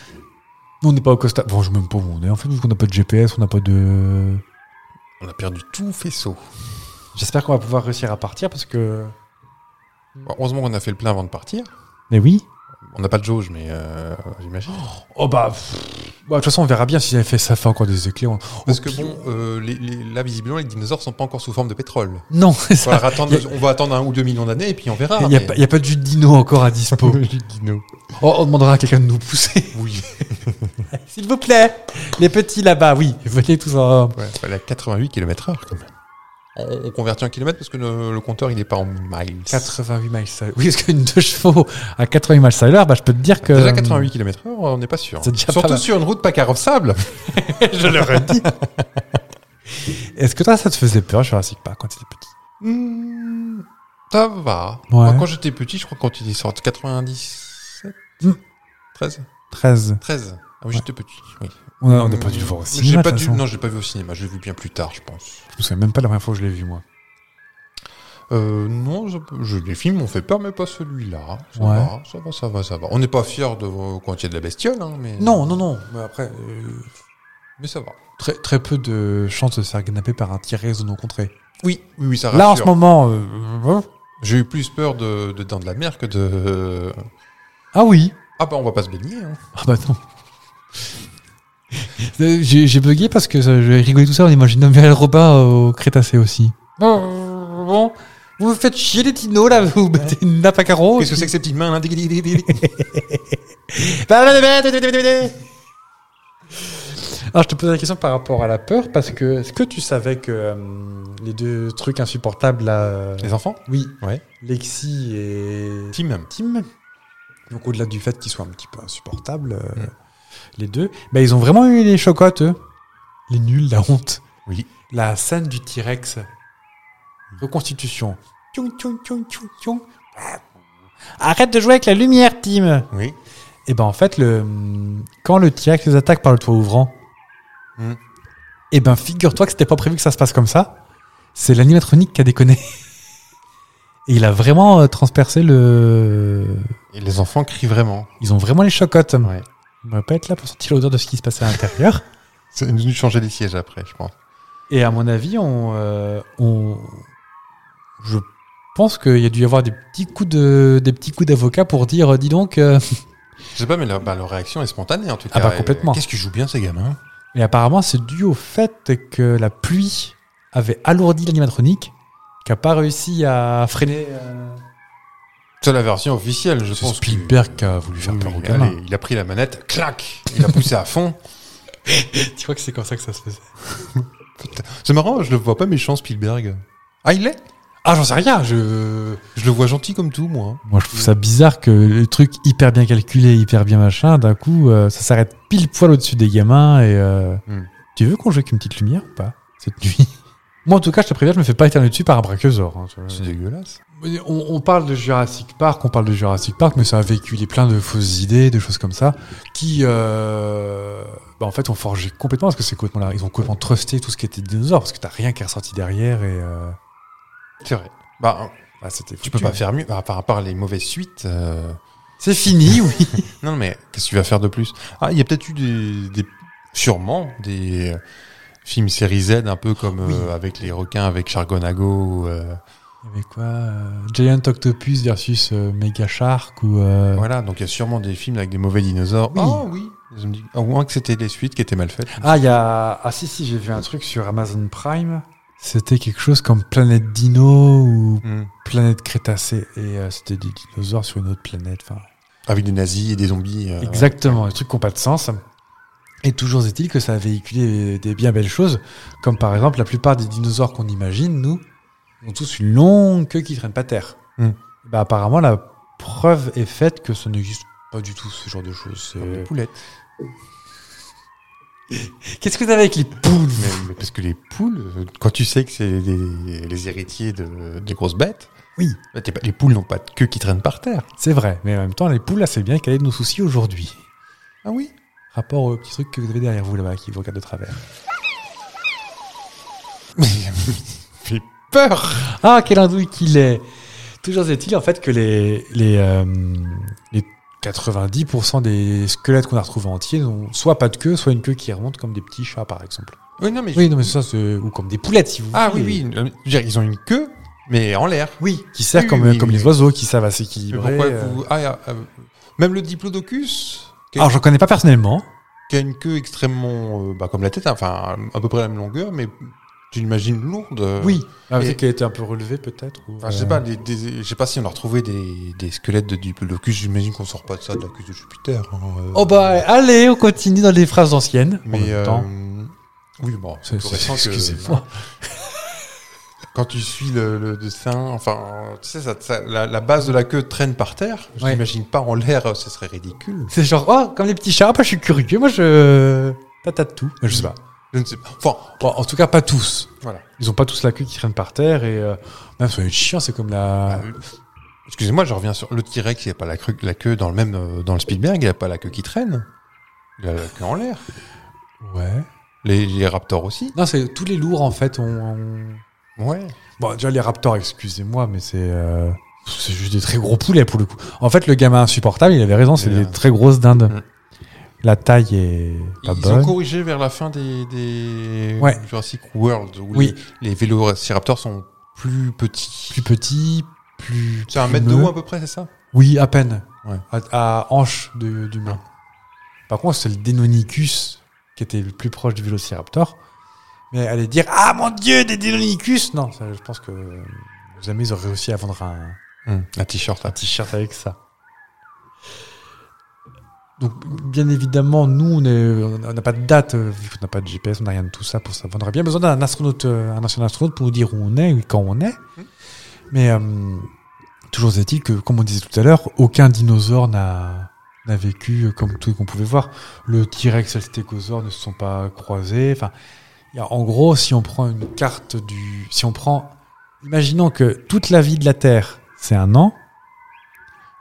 [SPEAKER 2] Nous, on n'est pas au Costa. Bon, je sais même pas où on est. En fait, vu qu'on n'a pas de GPS, on n'a pas de.
[SPEAKER 1] On a perdu tout faisceau.
[SPEAKER 2] J'espère qu'on va pouvoir réussir à partir parce que.
[SPEAKER 1] Bon, heureusement qu'on a fait le plein avant de partir.
[SPEAKER 2] Mais oui.
[SPEAKER 1] On n'a pas de jauge, mais euh, j'imagine.
[SPEAKER 2] Oh bah, pff, bah, de toute façon, on verra bien si j'avais fait ça, fait encore des éclairs.
[SPEAKER 1] Parce que bon, euh, les, les- là, visiblement, les dinosaures sont pas encore sous forme de pétrole.
[SPEAKER 2] Non, c'est
[SPEAKER 1] Faut leur
[SPEAKER 2] ça.
[SPEAKER 1] attendre-
[SPEAKER 2] Y a-
[SPEAKER 1] on va attendre un ou deux millions d'années et puis on verra.
[SPEAKER 2] Il n'y a,
[SPEAKER 1] mais-
[SPEAKER 2] pas- il y a pas de jus de dino encore à dispo.
[SPEAKER 1] Du dino.
[SPEAKER 2] Oh, on demandera à quelqu'un de nous pousser.
[SPEAKER 1] Oui.
[SPEAKER 2] S'il vous plaît, les petits là-bas, oui, venez tous en.
[SPEAKER 1] Ouais, elle est à 88 km/h quand même. On, on convertit en kilomètres parce que le, le compteur il est pas en miles.
[SPEAKER 2] 88 miles à Oui, parce qu'une deux chevaux à 88 miles à l'heure, bah, je peux te dire que.
[SPEAKER 1] Déjà 88 km/h, on n'est pas sûr.
[SPEAKER 2] C'est déjà pas
[SPEAKER 1] Surtout
[SPEAKER 2] mal.
[SPEAKER 1] sur une route pas carrossable.
[SPEAKER 2] je le redis. Est-ce que toi, ça te faisait peur, Jurassic Park, quand t'étais petit
[SPEAKER 1] Hmm, ça va.
[SPEAKER 2] Ouais.
[SPEAKER 1] Moi, quand j'étais petit, je crois que quand il est sorti 97,
[SPEAKER 2] Hmm.
[SPEAKER 1] 13,
[SPEAKER 2] 13.
[SPEAKER 1] 13. Ah oui, j'étais petit. Oui.
[SPEAKER 2] On n'a pas dû le voir au
[SPEAKER 1] J'ai
[SPEAKER 2] cinéma.
[SPEAKER 1] pas
[SPEAKER 2] de toute
[SPEAKER 1] dû-
[SPEAKER 2] façon.
[SPEAKER 1] non, j'ai pas vu au cinéma. Je l'ai vu bien plus tard, je pense.
[SPEAKER 2] Je me souviens même pas la première fois que je l'ai vu, moi.
[SPEAKER 1] Euh, non, je, je- les films m'ont fait peur, mais pas celui-là. Ça
[SPEAKER 2] Ouais.
[SPEAKER 1] va, ça va, ça va, ça va. On n'est pas fiers de quand il y a de la bestiole, hein, mais
[SPEAKER 2] Non, non, non. Mais après, euh,
[SPEAKER 1] mais ça va.
[SPEAKER 2] très, très peu de chances de se faire kidnapper par un tiré de nos contrées.
[SPEAKER 1] Oui, oui, oui, ça rassure.
[SPEAKER 2] Là, en ce moment. euh,
[SPEAKER 1] J'ai eu plus peur de, de Dents de la Mer que de.
[SPEAKER 2] Ah oui.
[SPEAKER 1] Ah bah on va pas se baigner. Hein.
[SPEAKER 2] Ah bah non. Euh, J'ai j'ai bugué parce que ça- j'ai rigolé tout ça en imaginant Muriel Robin au Crétacé aussi. Bon, bon, vous faites chier les dinos là, vous mettez une nappe à carreaux.
[SPEAKER 1] Qu'est-ce que c'est que ces petites mains là Digui, digui, digui, digui.
[SPEAKER 2] Bah, Alors, bah. Ah, je te posais la question par rapport à la peur parce que est-ce que tu savais que euh, les deux trucs insupportables là. euh,
[SPEAKER 1] Les enfants
[SPEAKER 2] Oui,
[SPEAKER 1] Ouais.
[SPEAKER 2] Lexi et
[SPEAKER 1] Tim.
[SPEAKER 2] Tim. Donc au-delà du fait qu'ils soient un petit peu insupportables, euh,
[SPEAKER 1] Mm.
[SPEAKER 2] les deux, bah, ils ont vraiment eu les chocottes, eux. Les nuls, la honte.
[SPEAKER 1] Oui.
[SPEAKER 2] La scène du T-Rex. Reconstitution. Tchoum, tchoum, tchoum, tchoum, tchoum. Arrête de jouer avec la lumière, Tim.
[SPEAKER 1] Oui.
[SPEAKER 2] Et ben en fait, le, quand le T-Rex les attaque par le toit ouvrant, Hmm.
[SPEAKER 1] Mm.
[SPEAKER 2] et ben figure-toi que c'était pas prévu que ça se passe comme ça. C'est l'animatronique qui a déconné. Et il a vraiment euh, transpercé le.
[SPEAKER 1] Et les enfants crient vraiment.
[SPEAKER 2] Ils ont vraiment les chocottes.
[SPEAKER 1] Ouais.
[SPEAKER 2] On va pas être là pour sentir l'odeur de ce qui se passait à l'intérieur.
[SPEAKER 1] C'est nous changer les sièges après, je pense.
[SPEAKER 2] Et à mon avis, on, euh, on, je pense qu'il y a dû y avoir des petits coups de, des petits coups d'avocat pour dire, euh, dis donc. euh,
[SPEAKER 1] Je sais pas, mais leur, bah, leur réaction est spontanée en tout cas.
[SPEAKER 2] Ah bah,
[SPEAKER 1] Et-
[SPEAKER 2] complètement.
[SPEAKER 1] Qu'est-ce qu'ils jouent bien ces gamins
[SPEAKER 2] Et apparemment, c'est dû au fait que la pluie avait alourdi l'animatronique, qui a pas réussi à freiner. euh,
[SPEAKER 1] C'est la version officielle, je
[SPEAKER 2] C'est
[SPEAKER 1] pense. que-
[SPEAKER 2] Spielberg qui a voulu faire
[SPEAKER 1] Oui,
[SPEAKER 2] peur
[SPEAKER 1] oui,
[SPEAKER 2] aux gamins.
[SPEAKER 1] allez, il a pris la manette, clac, il a poussé à fond.
[SPEAKER 2] Tu crois que c'est comme ça que ça se faisait
[SPEAKER 1] C'est marrant, je le vois pas méchant Spielberg. Ah il l'est
[SPEAKER 2] Ah, j'en sais rien. Je,
[SPEAKER 1] Je le vois gentil comme tout moi. hein.
[SPEAKER 2] moi, je trouve ça bizarre que le truc hyper bien calculé, hyper bien machin, d'un coup, euh, ça s'arrête pile poil au-dessus des gamins. Et euh,
[SPEAKER 1] Hmm.
[SPEAKER 2] tu veux qu'on joue avec une petite lumière ou pas cette nuit Moi, en tout cas, je te préviens, je me fais pas éternuer dessus par un brachiosaure. hein, tu vois.
[SPEAKER 1] C'est dégueulasse.
[SPEAKER 2] Mais On, on parle de Jurassic Park, on parle de Jurassic Park, mais ça a véhiculé plein de fausses idées, de choses comme ça, qui, euh, bah, en fait, ont forgé complètement, parce que c'est complètement là, ils ont complètement trusté tout ce qui était dinosaure, parce que t'as rien qui est ressorti derrière, et euh,
[SPEAKER 1] C'est vrai. Bah
[SPEAKER 2] bah, c'était
[SPEAKER 1] tu
[SPEAKER 2] foutu.
[SPEAKER 1] peux pas faire mieux, à part, à part les mauvaises suites. euh,
[SPEAKER 2] C'est fini, oui.
[SPEAKER 1] Non, mais qu'est-ce que tu vas faire de plus Ah, il y a peut-être eu des, des- sûrement des euh, films série Z, un peu comme euh, avec les requins, avec Chargonago. ou, euh,
[SPEAKER 2] Il y avait quoi euh, Giant Octopus versus euh, Mega Shark, ou... euh,
[SPEAKER 1] Voilà, donc il y a sûrement des films avec des mauvais dinosaures.
[SPEAKER 2] Oui.
[SPEAKER 1] Ah oui. Je me dis, au moins que c'était les suites qui étaient mal faites.
[SPEAKER 2] Ah, il y a... Ah si, si, j'ai vu un truc sur Amazon Prime. C'était quelque chose comme Planète Dino ou
[SPEAKER 1] Hmm.
[SPEAKER 2] Planète Crétacé. Et euh, c'était des dinosaures sur une autre planète. Enfin,
[SPEAKER 1] Avec des nazis et des zombies. euh,
[SPEAKER 2] Exactement, des trucs qui n'ont pas de sens. Et toujours est-il que ça a véhiculé des bien belles choses, comme par exemple la plupart des dinosaures qu'on imagine, nous, ont tous une longue queue qui traîne pas terre.
[SPEAKER 1] Hmm.
[SPEAKER 2] Bah, apparemment, la preuve est faite que ça n'existe pas du tout, ce genre de choses. C'est-
[SPEAKER 1] comme des poulettes.
[SPEAKER 2] Qu'est-ce que vous avez avec les poules
[SPEAKER 1] Mais, mais parce que les poules, euh, quand tu sais que c'est les, les héritiers de, des grosses bêtes,
[SPEAKER 2] Oui.
[SPEAKER 1] bah, t'es pas- les poules n'ont pas de queue qui traîne par terre.
[SPEAKER 2] Euh, C'est vrai, mais en même temps, les poules, là, c'est bien qu'elle est de nos soucis aujourd'hui.
[SPEAKER 1] Ah oui
[SPEAKER 2] Rapport au petit truc que vous avez derrière vous là-bas qui vous regarde de travers.
[SPEAKER 1] J'ai peur
[SPEAKER 2] Ah, quel andouille qu'il est Toujours est-il en fait que les, les, euh, les 90% des squelettes qu'on a retrouvés entiers n'ont soit pas de queue, soit une queue qui remonte comme des petits chats par exemple.
[SPEAKER 1] Oui, non, mais
[SPEAKER 2] Oui, non mais ça c'est... Ou comme des poulettes si vous
[SPEAKER 1] Ah oui,
[SPEAKER 2] voulez.
[SPEAKER 1] oui. euh, je veux dire, Ils ont une queue, mais en l'air.
[SPEAKER 2] Oui, qui servent
[SPEAKER 1] Oui,
[SPEAKER 2] comme,
[SPEAKER 1] oui,
[SPEAKER 2] comme
[SPEAKER 1] oui.
[SPEAKER 2] les oiseaux qui savent à
[SPEAKER 1] Mais
[SPEAKER 2] s'équilibrer.
[SPEAKER 1] Pourquoi
[SPEAKER 2] euh.
[SPEAKER 1] vous... ah, euh, Même le diplodocus, qui a,
[SPEAKER 2] Alors j'en connais pas personnellement.
[SPEAKER 1] qui a une queue extrêmement... euh, bah, comme la tête, hein, enfin, à peu près la même longueur, mais tu imagines lourde. euh,
[SPEAKER 2] Oui. Ah,
[SPEAKER 1] Et-
[SPEAKER 2] peut-être qu'elle était un peu relevée peut-être. ou,
[SPEAKER 1] Enfin, je sais
[SPEAKER 2] euh,
[SPEAKER 1] pas, des- des- je sais pas si on a retrouvé des, des squelettes de diplodocus. J'imagine qu'on sort pas de ça de la cuisse de Jupiter. hein, euh.
[SPEAKER 2] Oh bah allez, on continue dans les phrases anciennes. en
[SPEAKER 1] Mais
[SPEAKER 2] même temps.
[SPEAKER 1] euh, oui, bon, c'est
[SPEAKER 2] C'est-
[SPEAKER 1] plus
[SPEAKER 2] c'est-
[SPEAKER 1] récent que.
[SPEAKER 2] Excusez-moi.
[SPEAKER 1] Quand tu suis le, le dessin, enfin, tu sais, ça, ça- la, la base de la queue traîne par terre. Je
[SPEAKER 2] Ouais.
[SPEAKER 1] l'imagine pas en l'air, euh, ce serait ridicule.
[SPEAKER 2] C'est genre, oh, comme les petits chats, moi je suis curieux, moi je... Tata de tout. Je sais
[SPEAKER 1] Mm.
[SPEAKER 2] pas.
[SPEAKER 1] Je ne sais pas. Enfin,
[SPEAKER 2] Bon, en tout cas, pas tous.
[SPEAKER 1] voilà.
[SPEAKER 2] Ils ont pas tous la queue qui traîne par terre et euh, même ça va être chiant, c'est comme la.
[SPEAKER 1] Euh, Excusez-moi, je reviens sur le T-Rex. Il a pas la, cru- la queue dans le même euh, dans le Spielberg. Il a pas la queue qui traîne. Il a la queue en l'air.
[SPEAKER 2] Ouais.
[SPEAKER 1] Les, les raptors aussi.
[SPEAKER 2] Non, c'est tous les lourds en fait. On, on-
[SPEAKER 1] Ouais.
[SPEAKER 2] Bon, déjà les raptors, excusez-moi, mais c'est euh, c'est juste des très gros poulets pour le coup. En fait, le gamin insupportable, il avait raison, c'est
[SPEAKER 1] Il a-
[SPEAKER 2] des très grosses dindes.
[SPEAKER 1] Mm.
[SPEAKER 2] La taille est pas
[SPEAKER 1] Ils ont
[SPEAKER 2] bonne.
[SPEAKER 1] corrigé vers la fin des, des
[SPEAKER 2] Ouais.
[SPEAKER 1] Jurassic World où
[SPEAKER 2] Oui.
[SPEAKER 1] les, les vélociraptors sont plus petits.
[SPEAKER 2] Plus petit, plus.
[SPEAKER 1] C'est un mètre de
[SPEAKER 2] plumeux.
[SPEAKER 1] haut à peu près, c'est ça
[SPEAKER 2] Oui, à peine.
[SPEAKER 1] Ouais.
[SPEAKER 2] À, à hanche de- d'humain.
[SPEAKER 1] Ouais.
[SPEAKER 2] Par contre, c'est le Deinonychus qui était le plus proche du Vélociraptor. Mais aller dire Ah mon dieu, des Deinonychus Non, ça, je pense que euh, jamais ils auraient réussi à vendre un,
[SPEAKER 1] Un t-shirt.
[SPEAKER 2] un t-shirt avec ça. Donc, bien évidemment, nous, on est- on n'a pas de date, euh, vu qu'on n'a pas de GPS, on n'a rien de tout ça pour ça. On aurait bien besoin d'un astronaute, euh, un ancien astronaute pour nous dire où on est et quand on est. Mais euh, toujours est-il que, comme on disait tout à l'heure, aucun dinosaure n'a n'a vécu euh, comme tout ce qu'on pouvait voir. Le T-Rex et le Stégosaure ne se sont pas croisés. Enfin, il y a- en gros, si on prend une carte du... Si on prend... Imaginons que toute la vie de la Terre, c'est un an.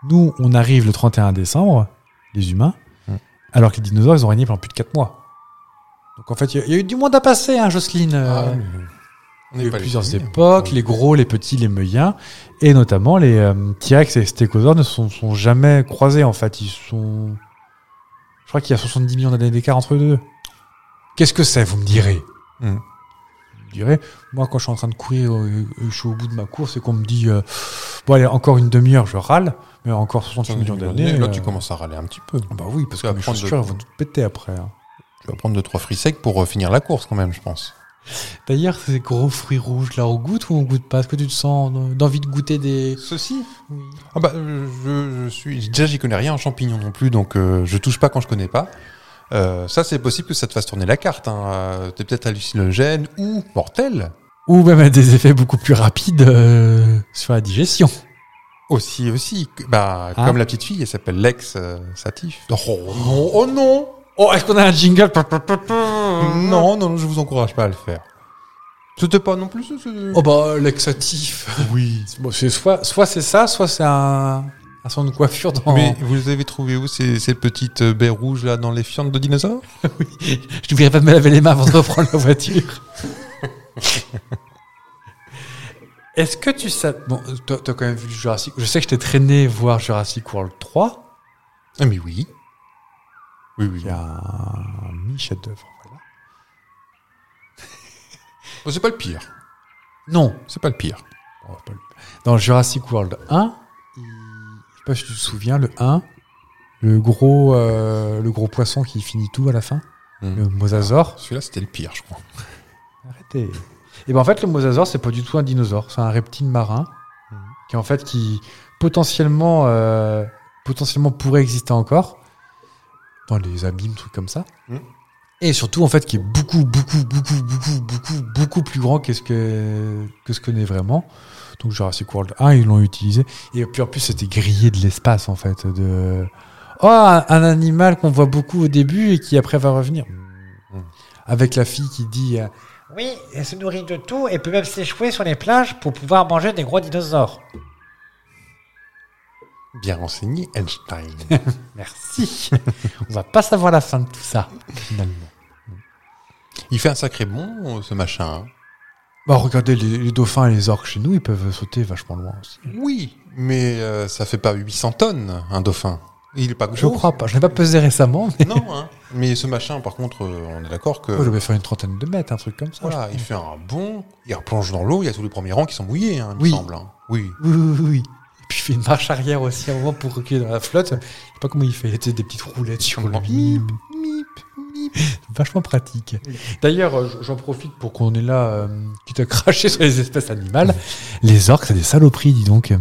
[SPEAKER 2] Nous, on arrive le 31 décembre, les humains,
[SPEAKER 1] Mm.
[SPEAKER 2] alors que les dinosaures, ils ont régné pendant plus de 4 mois. Donc en fait, il y a- il y, a eu du monde à passer, hein, Jocelyne.
[SPEAKER 1] Ah,
[SPEAKER 2] euh,
[SPEAKER 1] on
[SPEAKER 2] il y a eu
[SPEAKER 1] pas les
[SPEAKER 2] plusieurs
[SPEAKER 1] premiers. hein.
[SPEAKER 2] époques, les gros, les petits, les moyens, et notamment les euh, T-Rex et les Stégosaures ne sont, sont jamais croisés en fait. Ils sont. Je crois qu'il y a 70 millions d'années d'écart entre eux deux. Qu'est-ce que c'est, vous me direz
[SPEAKER 1] Hmm.
[SPEAKER 2] Vous me direz, moi quand je suis en train de courir, euh, euh, je suis au bout de ma course et qu'on me dit, euh, bon allez, encore une demi-heure, je râle, mais encore 70 millions d'années.
[SPEAKER 1] Là,
[SPEAKER 2] euh,
[SPEAKER 1] tu commences à râler un petit peu.
[SPEAKER 2] Bah oui, parce
[SPEAKER 1] Tu
[SPEAKER 2] que
[SPEAKER 1] vas
[SPEAKER 2] mes
[SPEAKER 1] prendre de-
[SPEAKER 2] chaussures elles vont tout péter après. hein.
[SPEAKER 1] Tu vas prendre deux trois fruits secs pour euh, finir la course quand même, je pense.
[SPEAKER 2] D'ailleurs, ces gros fruits rouges là, on goûte ou on goûte pas Est-ce que tu te sens euh, d'envie de goûter des.
[SPEAKER 1] Ceci Ah bah, euh, je, je suis déjà j'y connais rien en champignons non plus, donc euh, je touche pas quand je connais pas. Euh, ça, c'est possible que ça te fasse tourner la carte. Hein. Euh, T'es peut-être hallucinogène ou mortel.
[SPEAKER 2] ou même à des effets beaucoup plus rapides euh, sur la digestion.
[SPEAKER 1] Aussi, aussi. que- Bah,
[SPEAKER 2] Ah.
[SPEAKER 1] comme la petite fille, elle s'appelle Lex euh, Satif. Oh
[SPEAKER 2] non, oh non Oh, est-ce qu'on a un jingle Oh.
[SPEAKER 1] Non, non, je vous encourage pas à le faire. C'était pas non plus. ce- ce-
[SPEAKER 2] Oh bah, laxatif.
[SPEAKER 1] oui.
[SPEAKER 2] Bon, c'est soit soit c'est ça, soit c'est un, un son de coiffure dans...
[SPEAKER 1] Mais vous avez trouvé où ces, ces petites euh, baies rouges là dans les fientes de dinosaures
[SPEAKER 2] Je n'oublierai pas de me laver les mains avant de reprendre la voiture. Est-ce que tu sais... Bon, toi, t'as quand même vu Jurassic... Je sais que je t'ai traîné voir Jurassic World 3.
[SPEAKER 1] Ah mais oui. Ah. Oui, oui.
[SPEAKER 2] Il y a un mi-chef-d'œuvre, voilà.
[SPEAKER 1] Oh, C'est pas le pire.
[SPEAKER 2] Non,
[SPEAKER 1] C'est pas le pire.
[SPEAKER 2] On va pas le- Dans Jurassic World 1, il- je sais pas si tu te souviens, le 1, le gros, euh, le gros poisson qui finit tout à la fin,
[SPEAKER 1] Hmm.
[SPEAKER 2] le mosasaure.
[SPEAKER 1] Celui-là, c'était le pire, je crois.
[SPEAKER 2] Arrêtez. Et ben en fait, le mosasaure, c'est pas du tout un dinosaure, c'est un reptile marin
[SPEAKER 1] Mhm.
[SPEAKER 2] qui en fait qui potentiellement euh, potentiellement pourrait exister encore dans les abîmes, trucs comme ça.
[SPEAKER 1] Mhm.
[SPEAKER 2] Et surtout en fait qui est beaucoup beaucoup beaucoup beaucoup beaucoup beaucoup plus grand que ce que que ce qu'on est vraiment. Donc Jurassic World 1, ils l'ont utilisé et puis en plus c'était grillé de l'espace en fait de oh un, un animal qu'on voit beaucoup au début et qui après va revenir.
[SPEAKER 1] Mhm.
[SPEAKER 2] Avec la fille qui dit euh,
[SPEAKER 4] Oui, elle se nourrit de tout et peut même s'échouer sur les plages pour pouvoir manger des gros dinosaures.
[SPEAKER 1] Bien renseigné, Einstein.
[SPEAKER 2] Merci. On va pas savoir la fin de tout ça, finalement.
[SPEAKER 1] Il fait un sacré bon, ce machin. hein.
[SPEAKER 2] Bah, regardez, les, les dauphins et les orques chez nous, ils peuvent sauter vachement loin aussi.
[SPEAKER 1] Oui, mais euh, ça fait pas 800 tonnes, un dauphin. Il est pas
[SPEAKER 2] Je
[SPEAKER 4] Oh.
[SPEAKER 1] gros.
[SPEAKER 2] crois pas. Je l'ai pas pesé récemment, mais
[SPEAKER 1] Non, hein. mais ce machin, par contre, euh, on est d'accord que.
[SPEAKER 2] je devais faire une trentaine de mètres, un truc comme ça.
[SPEAKER 4] Oh,
[SPEAKER 1] Voilà, il fait un bond, il replonge dans l'eau, il y a tous les premiers rangs qui sont mouillés, hein, il me
[SPEAKER 2] Oui.
[SPEAKER 1] semble. hein. Oui.
[SPEAKER 2] Oui, oui, oui, oui. Et puis, il fait une marche arrière aussi, un moment, pour reculer dans la flotte. Je sais pas comment il fait. Il était des petites roulettes sur le
[SPEAKER 1] Mip,
[SPEAKER 4] Mmh.
[SPEAKER 2] Vachement pratique. D'ailleurs, euh, j'en profite pour qu'on est là, euh, quitte à cracher sur les espèces animales. Les orques, c'est des saloperies, dis donc.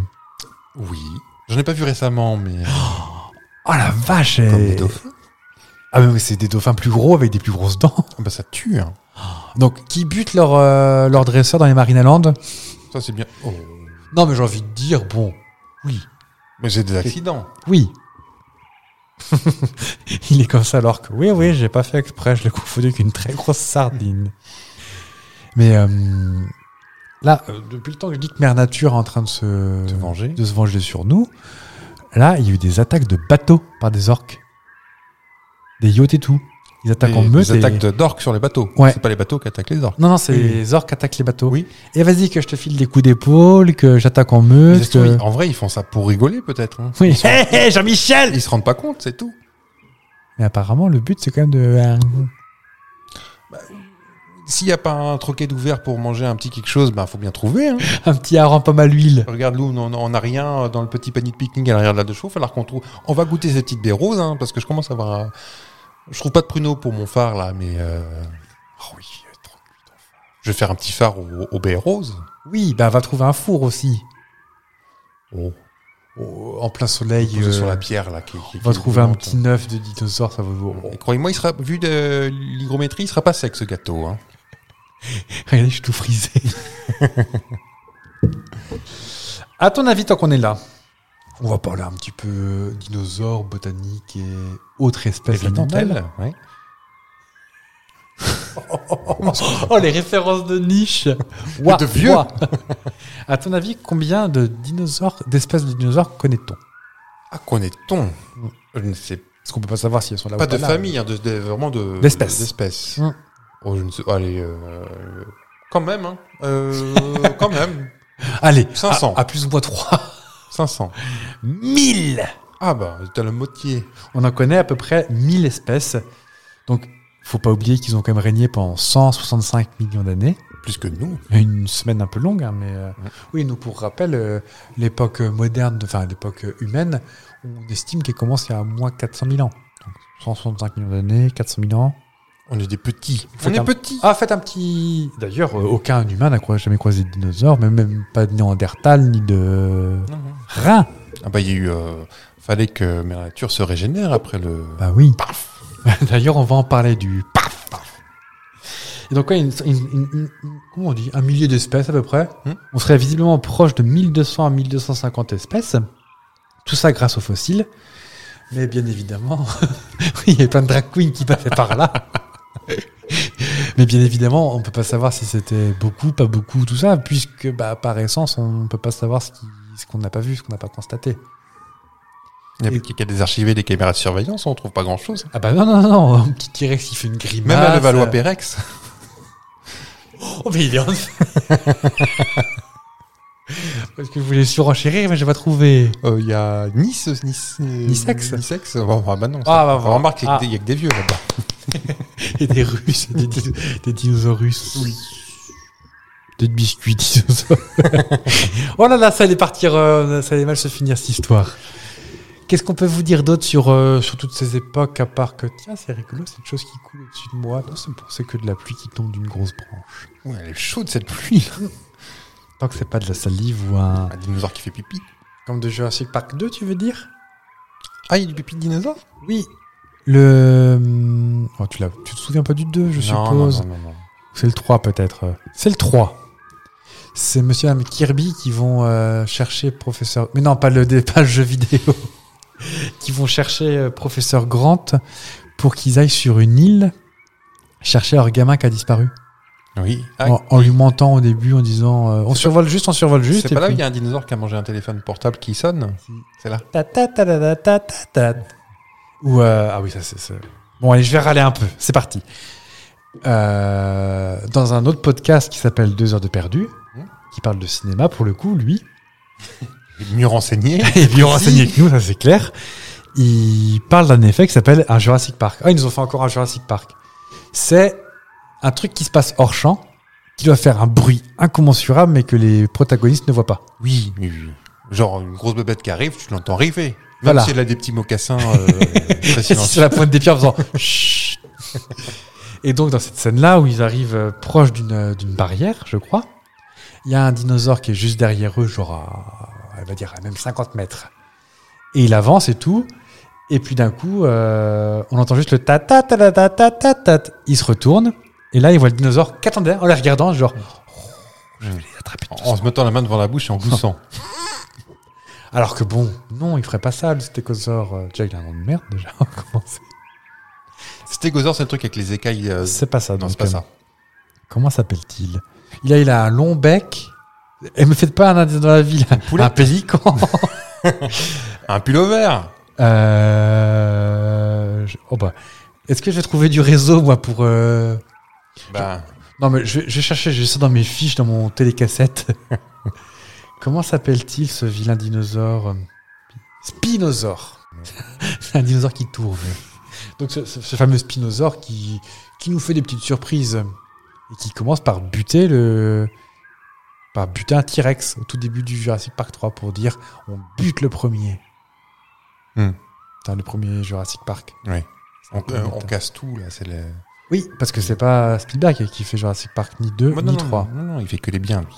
[SPEAKER 1] Oui. J'en ai pas vu récemment, mais. euh,
[SPEAKER 2] Oh la vache
[SPEAKER 1] Comme
[SPEAKER 2] elle-
[SPEAKER 1] des dauphins.
[SPEAKER 2] Ah mais oui, c'est des dauphins plus gros avec des plus grosses dents.
[SPEAKER 1] Ah Bah, ça tue, hein.
[SPEAKER 2] Donc qui butent leur, euh, leur dresseur dans les Marinaland
[SPEAKER 1] Ça, c'est bien. Oh.
[SPEAKER 2] Non mais j'ai envie de dire, bon, oui,
[SPEAKER 1] Mais c'est des accidents.
[SPEAKER 2] oui. Il est comme ça alors que oui, oui, j'ai pas fait exprès, je l'ai confondu avec une très grosse sardine. Mais euh, là, euh, depuis le temps que je dis que Mère Nature est en train de se,
[SPEAKER 1] Se venger.
[SPEAKER 2] de se venger sur nous, là, il y a eu des attaques de bateaux par des orques. Des yachts et tout. Ils attaquent en
[SPEAKER 1] Des-
[SPEAKER 2] meute.
[SPEAKER 1] des
[SPEAKER 2] et-
[SPEAKER 1] attaques de- d'orques sur les bateaux.
[SPEAKER 2] Ouais.
[SPEAKER 1] C'est pas les bateaux qui attaquent les orques.
[SPEAKER 2] Non, non, c'est
[SPEAKER 1] Oui.
[SPEAKER 2] les orques attaquent les bateaux.
[SPEAKER 1] Oui.
[SPEAKER 2] Et vas-y, que je te file des coups d'épaule, que j'attaque en
[SPEAKER 1] Les
[SPEAKER 2] meute.
[SPEAKER 1] Estouris,
[SPEAKER 2] que-
[SPEAKER 1] En vrai, ils font ça pour rigoler, peut-être. hein.
[SPEAKER 2] euh, Oui. Eh,
[SPEAKER 1] Ils, sont-
[SPEAKER 4] Hé hé, Jean-Michel
[SPEAKER 1] ils se rendent pas compte, c'est tout.
[SPEAKER 2] Mais apparemment, le but, c'est quand même de. euh,
[SPEAKER 1] S'il y a pas un troquet d'ouvert pour manger un petit quelque chose, ben, faut bien trouver, hein.
[SPEAKER 2] un petit hareng pomme à l'huile.
[SPEAKER 1] Regarde, Lou, on- on n'a rien dans le petit panier de pique-nique à l'arrière de la de chauffe, alors qu'on trouve. On va goûter ces petites baies roses, hein, parce que je commence à avoir. un- Je trouve pas de pruneaux pour mon phare, là, mais. Euh... oh oui, euh, trop de putain, phare. Je vais faire un petit phare aux, aux baies roses.
[SPEAKER 2] Oui, bah, va trouver un four aussi.
[SPEAKER 1] Oh.
[SPEAKER 2] Au- en plein soleil.
[SPEAKER 1] Posé
[SPEAKER 2] euh,
[SPEAKER 1] sur la pierre, là. Qui, qui-
[SPEAKER 2] on va
[SPEAKER 1] qui est
[SPEAKER 2] trouver un
[SPEAKER 1] brûlante.
[SPEAKER 2] petit neuf de dinosaure, ça vaut.
[SPEAKER 1] Et croyez-moi, il sera, vu de l'hygrométrie, il sera pas sec, ce gâteau, hein.
[SPEAKER 2] Regardez, je suis tout frisé. à ton avis, tant qu'on est là, on va parler un petit peu dinosaures, botanique et autres espèces animales.
[SPEAKER 1] Évidemment, ouais.
[SPEAKER 2] Oh, les références de niche
[SPEAKER 1] Ouah, de vieux. ouah.
[SPEAKER 2] À ton avis, combien de dinosaures, d'espèces de dinosaures connaît-on
[SPEAKER 1] Ah, connaît-on Je ne sais
[SPEAKER 2] Parce qu'on peut pas savoir si elles sont là
[SPEAKER 1] pas
[SPEAKER 2] ou pas
[SPEAKER 1] de
[SPEAKER 2] là.
[SPEAKER 1] famille, hein, de, de- vraiment de
[SPEAKER 2] D'espèces.
[SPEAKER 1] d'espèces.
[SPEAKER 2] Mm.
[SPEAKER 1] Oh, je ne sais. Allez, euh, quand même, hein. Euh, quand même,
[SPEAKER 2] Allez,
[SPEAKER 1] 500.
[SPEAKER 2] À, à plus ou moins 3.
[SPEAKER 1] 500.
[SPEAKER 2] 1000
[SPEAKER 1] Ah bah, t'as le moitié.
[SPEAKER 2] On en connaît à peu près 1000 espèces. Donc, faut pas oublier qu'ils ont quand même régné pendant 165 millions d'années.
[SPEAKER 1] Plus que nous.
[SPEAKER 2] Une semaine un peu longue, hein, mais euh, oui, nous pour rappel, euh, l'époque moderne, de- enfin l'époque humaine, on estime qu'elle commence il y a moins 400 000 ans. Donc 165 millions d'années, 400 000 ans.
[SPEAKER 1] On est des petits.
[SPEAKER 2] Faut qu'un-
[SPEAKER 1] petits.
[SPEAKER 2] Ah, faites un petit. D'ailleurs, euh, aucun humain n'a croi- jamais croisé de dinosaure, mais même pas de Néandertal ni de.
[SPEAKER 1] Non, non.
[SPEAKER 2] Rien
[SPEAKER 1] Ah bah, il y a eu. euh, fallait que Mère Nature se régénère après le.
[SPEAKER 2] Bah oui. D'ailleurs, on va en parler du paf Et donc, ouais, une, une- une- une- une- comment on dit Un millier d'espèces à peu près.
[SPEAKER 1] Hmm.
[SPEAKER 2] On serait visiblement proche de 1200 à 1250 espèces. Tout ça grâce aux fossiles. Mais bien évidemment, oui, il y a plein de drag queens qui passaient par là. Mais bien évidemment, on peut pas savoir si c'était beaucoup, pas beaucoup, tout ça, puisque bah, par essence, on peut pas savoir ce qui- ce qu'on n'a pas vu, ce qu'on n'a pas constaté.
[SPEAKER 1] Il y a, il y a des archivés, des caméras de surveillance, on trouve pas grand chose.
[SPEAKER 2] Ah bah non, non, non, un petit T-Rex qui fait une grimace.
[SPEAKER 1] Même à Levallois-Pérex.
[SPEAKER 2] Oh, mais il est en- Parce que je voulais surenchérir, mais j'ai pas trouvé.
[SPEAKER 1] Euh, Il y a Nice. Nice.
[SPEAKER 2] Nicex.
[SPEAKER 1] Nicex. Bon, ah bah non.
[SPEAKER 2] Ah, bah,
[SPEAKER 1] On
[SPEAKER 2] voilà.
[SPEAKER 1] Remarque, il y a que des-
[SPEAKER 2] Ah.
[SPEAKER 1] il y a que des vieux là-bas.
[SPEAKER 2] Et des Russes, et des, dino- des dinosaures russes. Des biscuits dinosaures. oh là là, ça allait partir, euh, ça allait mal se finir cette histoire. Qu'est-ce qu'on peut vous dire d'autre sur, euh, sur toutes ces époques, à part que, tiens, c'est rigolo, cette chose qui coule au-dessus de moi. Non, c'est pour- c'est que de la pluie qui tombe d'une grosse branche.
[SPEAKER 1] Ouais, elle est chaude cette pluie. là.
[SPEAKER 2] Tant que c'est pas de la salive ou un.
[SPEAKER 1] Un dinosaure qui fait pipi.
[SPEAKER 2] Comme de Jurassic Park 2, tu veux dire
[SPEAKER 1] Ah, il y a du pipi de dinosaure
[SPEAKER 2] Oui. Le. Oh, tu, l'as- tu te souviens pas du 2, je
[SPEAKER 1] Non,
[SPEAKER 2] suppose
[SPEAKER 1] Non, non, non, non.
[SPEAKER 2] C'est le 3 peut-être. C'est le 3. C'est monsieur et madame Kirby qui vont euh, chercher professeur. Mais non, pas le dé- pas le jeu vidéo. qui vont chercher euh, professeur Grant pour qu'ils aillent sur une île chercher leur gamin qui a disparu.
[SPEAKER 1] Oui. Ah,
[SPEAKER 2] en, en lui mentant au début en disant euh, on
[SPEAKER 1] C'est
[SPEAKER 2] survole juste, on survole juste.
[SPEAKER 1] c'est
[SPEAKER 2] et
[SPEAKER 1] pas là où
[SPEAKER 2] puis-
[SPEAKER 1] il y a un dinosaure qui a mangé un téléphone portable qui sonne C'est là.
[SPEAKER 2] Ta ta ta ta ta ta ta ta. Ou euh, ah oui ça c'est ça. bon allez je vais râler un peu c'est parti Euh, dans un autre podcast qui s'appelle deux heures de perdu hein,
[SPEAKER 1] Mhm.
[SPEAKER 2] qui parle de cinéma pour le coup lui
[SPEAKER 1] Il est Mieux renseigné.
[SPEAKER 2] et bien renseigné que nous ça c'est clair il parle d'un effet qui s'appelle un Jurassic Park ah ils nous ont fait encore un Jurassic Park c'est un truc qui se passe hors champ qui doit faire un bruit incommensurable mais que les protagonistes ne voient pas
[SPEAKER 1] Oui, oui, oui. Genre une grosse bébête qui arrive, tu l'entends arriver. Même
[SPEAKER 2] Voilà.
[SPEAKER 1] si elle a des petits mocassins euh, très
[SPEAKER 2] C'est sur
[SPEAKER 1] silencieux.
[SPEAKER 2] la pointe des pieds en faisant Chut Et donc, dans cette scène-là, où ils arrivent euh, proche d'une euh, d'une barrière, je crois, il y a un dinosaure qui est juste derrière eux, genre à, elle va dire, à même 50 mètres. Et il avance et tout. Et puis d'un coup, euh, on entend juste le ta ta ta ta ta ta ta ta. Il se retourne. Et là, il voit le dinosaure qui attendait en les regardant, genre. oh, Je vais les attraper.
[SPEAKER 1] En en se mettant la main devant la bouche et en gloussant.
[SPEAKER 2] Alors que bon, non, il ferait pas ça, le stégosaure. Euh, Déjà, il a un nom de merde, déjà. on commence.
[SPEAKER 1] Stégosaure, c'est le truc avec les écailles. euh,
[SPEAKER 2] c'est pas ça.
[SPEAKER 1] non,
[SPEAKER 2] donc,
[SPEAKER 1] c'est pas
[SPEAKER 2] euh,
[SPEAKER 1] ça.
[SPEAKER 2] Comment s'appelle-t-il Il a, il a un long bec. Et me faites pas un indien dans la ville. Un pélican.
[SPEAKER 1] Un pullover
[SPEAKER 2] Euh, je- oh bah. Est-ce que je vais trouver du réseau, moi, pour. euh,
[SPEAKER 1] Bah,
[SPEAKER 2] Non, mais je vais, je vais chercher, j'ai ça dans mes fiches, dans mon télécassette. Comment s'appelle-t-il ce vilain dinosaure Spinosaure. C'est un dinosaure qui tourne. Donc ce, ce- ce fameux spinosaure qui, qui nous fait des petites surprises et qui commence par buter le par buter un T-Rex au tout début du Jurassic Park 3 pour dire on bute le premier.
[SPEAKER 1] Hmm.
[SPEAKER 2] Putain, le premier Jurassic Park.
[SPEAKER 1] Oui.
[SPEAKER 2] C'est un
[SPEAKER 1] on,
[SPEAKER 2] peu
[SPEAKER 1] euh,
[SPEAKER 2] bête,
[SPEAKER 1] on
[SPEAKER 2] hein.
[SPEAKER 1] casse tout, là. C'est le...
[SPEAKER 2] Oui, parce que c'est pas Spielberg qui fait Jurassic Park ni 2
[SPEAKER 1] Ouais,
[SPEAKER 2] ni
[SPEAKER 1] non,
[SPEAKER 2] 3.
[SPEAKER 1] non, non, non, il fait que les biens, lui.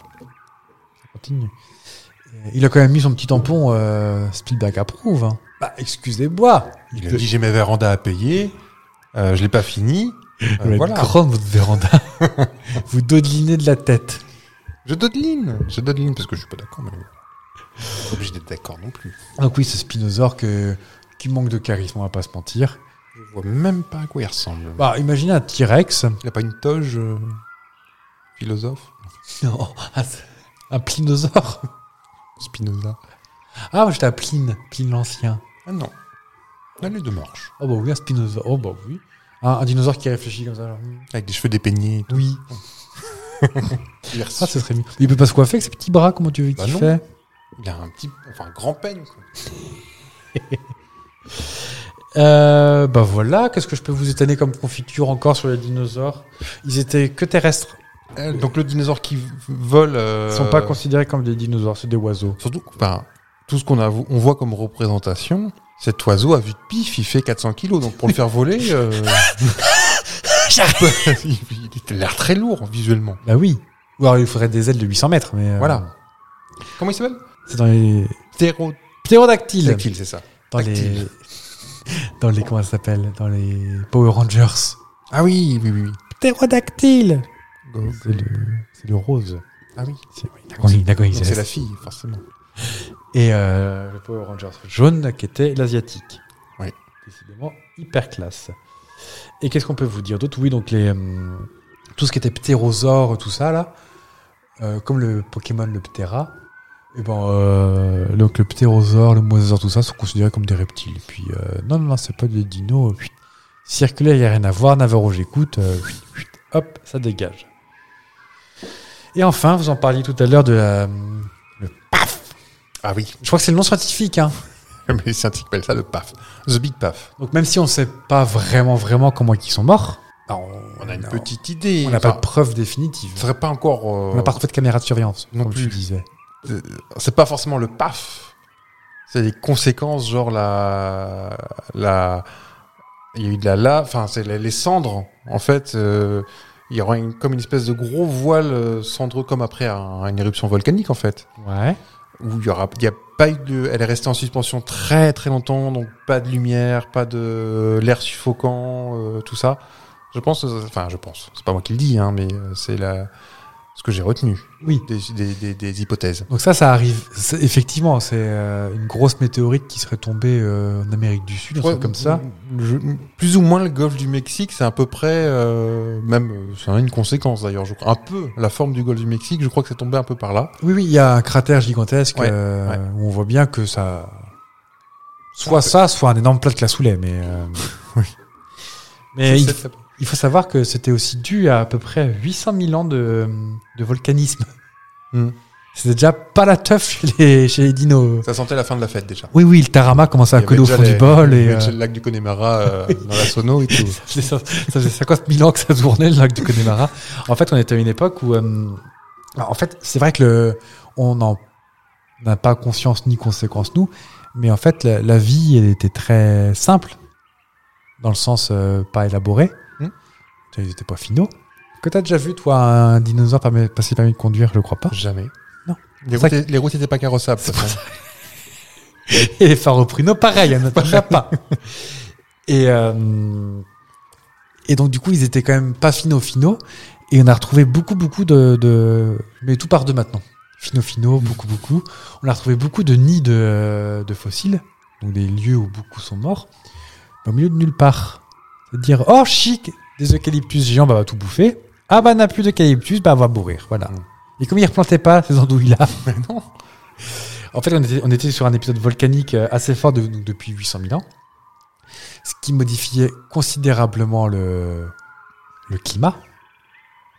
[SPEAKER 2] Continue. Euh, Il a quand même mis son petit tampon euh, Spielberg approuve. hein. Bah, excusez-moi.
[SPEAKER 1] Il a dit j'ai mes vérandas à payer, euh, je l'ai pas fini. Euh,
[SPEAKER 2] Vous êtes
[SPEAKER 1] voilà.
[SPEAKER 2] grande, votre véranda. vous dodelinez de la tête.
[SPEAKER 1] Je dodeline, je dodeline parce que je suis pas d'accord, mais pas obligé d'être d'accord non plus.
[SPEAKER 2] Donc oui, ce spinosaure que, qui manque de charisme, on va pas se mentir.
[SPEAKER 1] Je vois même pas à quoi il ressemble.
[SPEAKER 2] Bah, imaginez un T-Rex.
[SPEAKER 1] Il a pas une toge euh, philosophe
[SPEAKER 2] Non, un- un plinosaure.
[SPEAKER 1] Spinoza
[SPEAKER 2] Ah, moi j'étais à Pline, Pline l'ancien.
[SPEAKER 1] Ah non. Non, les deux marches.
[SPEAKER 2] Oh bah oui, un spinosaure. Oh bah oui. Un, un dinosaure qui réfléchit comme ça. genre, hmm,
[SPEAKER 1] Avec des cheveux dépeignés.
[SPEAKER 2] Oui.
[SPEAKER 1] Il, est
[SPEAKER 2] Ah,
[SPEAKER 1] reçu.
[SPEAKER 2] ce serait mieux. Il peut pas se coiffer avec ses petits bras, comment tu veux
[SPEAKER 1] Bah
[SPEAKER 2] qu'il
[SPEAKER 1] non.
[SPEAKER 2] fait
[SPEAKER 1] Il a un petit, enfin un grand peigne. quoi.
[SPEAKER 2] Euh, bah voilà, qu'est-ce que je peux vous étonner comme confiture encore sur les dinosaures Ils étaient que terrestres.
[SPEAKER 1] Euh, donc le dinosaure qui v- vole.
[SPEAKER 2] Ils
[SPEAKER 1] euh,
[SPEAKER 2] sont pas considérés comme des dinosaures, c'est des oiseaux.
[SPEAKER 1] Surtout, que, enfin, tout ce qu'on a, on voit comme représentation, cet oiseau à vue de pif, il fait 400 kilos, donc pour le faire voler, euh, il, il a l'air très lourd visuellement.
[SPEAKER 2] Bah oui. Ou alors il faudrait des ailes de 800 mètres, mais. euh,
[SPEAKER 1] Voilà. Comment il s'appelle
[SPEAKER 2] C'est dans les.
[SPEAKER 1] Ptérodactyle,
[SPEAKER 2] Ptérodactyles
[SPEAKER 1] c'est ça.
[SPEAKER 2] Dans les.
[SPEAKER 1] Dactyle.
[SPEAKER 2] Dans les. Comment ça s'appelle Dans les Power Rangers.
[SPEAKER 1] Ah oui, oui, oui. oui.
[SPEAKER 2] Ptérodactyle
[SPEAKER 1] Go-
[SPEAKER 2] C'est le. C'est le rose.
[SPEAKER 1] Ah oui.
[SPEAKER 2] C'est oui, d'accord, oui, d'accord, oui,
[SPEAKER 1] Donc
[SPEAKER 2] c'est
[SPEAKER 1] c'est
[SPEAKER 2] la-
[SPEAKER 1] la fille, forcément.
[SPEAKER 2] Et euh, le Power Rangers jaune qui était l'asiatique.
[SPEAKER 1] Ouais.
[SPEAKER 2] Décidément hyper classe. Et qu'est-ce qu'on peut vous dire d'autre Oui, donc les, hum, tout ce qui était ptérosaure, tout ça là, euh, comme le Pokémon, le Ptera. Et ben, euh, donc le ptérosaure, le mosasaure, tout ça sont considérés comme des reptiles. Et puis euh, non, non, non, c'est pas des dinos. euh, circuler, il n'y a rien à voir. Navarro, j'écoute. euh, hop, ça dégage. Et enfin, vous en parliez tout à l'heure de la, hum,
[SPEAKER 1] Ah oui,
[SPEAKER 2] je crois que c'est le nom scientifique. Hein.
[SPEAKER 1] mais les scientifiques appellent ça le paf. The Big Paf.
[SPEAKER 2] Donc même si on ne sait pas vraiment, vraiment comment ils sont morts,
[SPEAKER 1] on a une petite idée.
[SPEAKER 2] on n'a pas
[SPEAKER 1] Enfin,
[SPEAKER 2] de preuve définitive.
[SPEAKER 1] ce serait pas encore. euh,
[SPEAKER 2] On n'a pas refait de caméra de surveillance,
[SPEAKER 1] Non
[SPEAKER 2] comme
[SPEAKER 1] plus.
[SPEAKER 2] tu disais.
[SPEAKER 1] c'est pas forcément le paf C'est des conséquences, genre la. la il y a eu de la lave, enfin, c'est les, les cendres. En fait, euh, il y aura une- comme une espèce de gros voile euh, cendreux, comme après un- une éruption volcanique, en fait.
[SPEAKER 2] Ouais.
[SPEAKER 1] Où il y aura. Il y a pas eu de. Elle est restée en suspension très très longtemps, donc pas de lumière, pas de l'air suffocant, euh, tout ça. Je pense. euh, Enfin, je pense. C'est pas moi qui le dis, hein, mais euh, c'est la. Ce que j'ai retenu.
[SPEAKER 2] Oui.
[SPEAKER 1] Des, des- des- des hypothèses.
[SPEAKER 2] Donc ça, ça arrive. C'est- Effectivement, c'est euh, une grosse météorite qui serait tombée euh, en Amérique du Sud, un
[SPEAKER 1] Ouais,
[SPEAKER 2] truc comme ça.
[SPEAKER 1] je- plus ou moins le golfe du Mexique, c'est à peu près, euh, même, euh, ça a une conséquence d'ailleurs, je crois. Un peu, la forme du golfe du Mexique, je crois que c'est tombé un peu par là.
[SPEAKER 2] Oui, oui, il y a un cratère gigantesque
[SPEAKER 1] Ouais,
[SPEAKER 2] euh,
[SPEAKER 1] ouais. Ah,
[SPEAKER 2] où on voit bien que ça. Soit ça, soit un énorme plat de cassoulet, mais. euh, Mais il,
[SPEAKER 1] C'est-
[SPEAKER 2] il faut savoir que c'était aussi dû à à peu près 800 000 ans de, de volcanisme.
[SPEAKER 1] Hmm.
[SPEAKER 2] C'était déjà pas la teuf chez les, chez les dinos.
[SPEAKER 1] ça sentait la fin de la fête déjà.
[SPEAKER 2] Oui, oui, le tarama commençait à
[SPEAKER 1] Il y
[SPEAKER 2] coller
[SPEAKER 1] avait déjà
[SPEAKER 2] au fond
[SPEAKER 1] les-
[SPEAKER 2] du bol.
[SPEAKER 1] il y
[SPEAKER 2] Et,
[SPEAKER 1] avait déjà
[SPEAKER 2] euh,
[SPEAKER 1] le lac du Connemara euh, dans la Sono et tout.
[SPEAKER 2] C'est Ça, ça faisait 50 000 ans que ça tournait, le lac du Connemara. En fait, on était à une époque où, euh, en fait, c'est vrai que le, on n'en n'a pas conscience ni conséquence, nous, mais en fait, la, la vie, elle était très simple, dans le sens euh, pas élaboré.
[SPEAKER 1] Hmm.
[SPEAKER 2] Ils n'étaient pas finaux. Que t'as déjà vu, toi, un dinosaure permis- passer le permis de conduire, je le crois pas.
[SPEAKER 1] Jamais.
[SPEAKER 2] Non.
[SPEAKER 1] Les
[SPEAKER 2] Ça-
[SPEAKER 1] routes, les routes étaient pas carrossables. de toute façon.
[SPEAKER 2] Et les pharoprino, pareil, il n'y en a pas. Et, euh, et donc, du coup, ils étaient quand même pas finaux, finaux. Et on a retrouvé beaucoup, beaucoup de. de- mais tout part de maintenant. Finaux, finaux, beaucoup, beaucoup. On a retrouvé beaucoup de nids de, de fossiles, donc des lieux où beaucoup sont morts, mais au milieu de nulle part. C'est-à-dire, oh chic, des eucalyptus géants, bah, on va tout bouffer. Ah bah, n'a plus d'eucalyptus, bah, on va mourir. Voilà. Et comme ils replantaient pas ces andouilles-là, non. En fait, on était, on était sur un épisode volcanique euh, assez fort de- donc depuis 800 000 ans, ce qui modifiait considérablement le, le climat.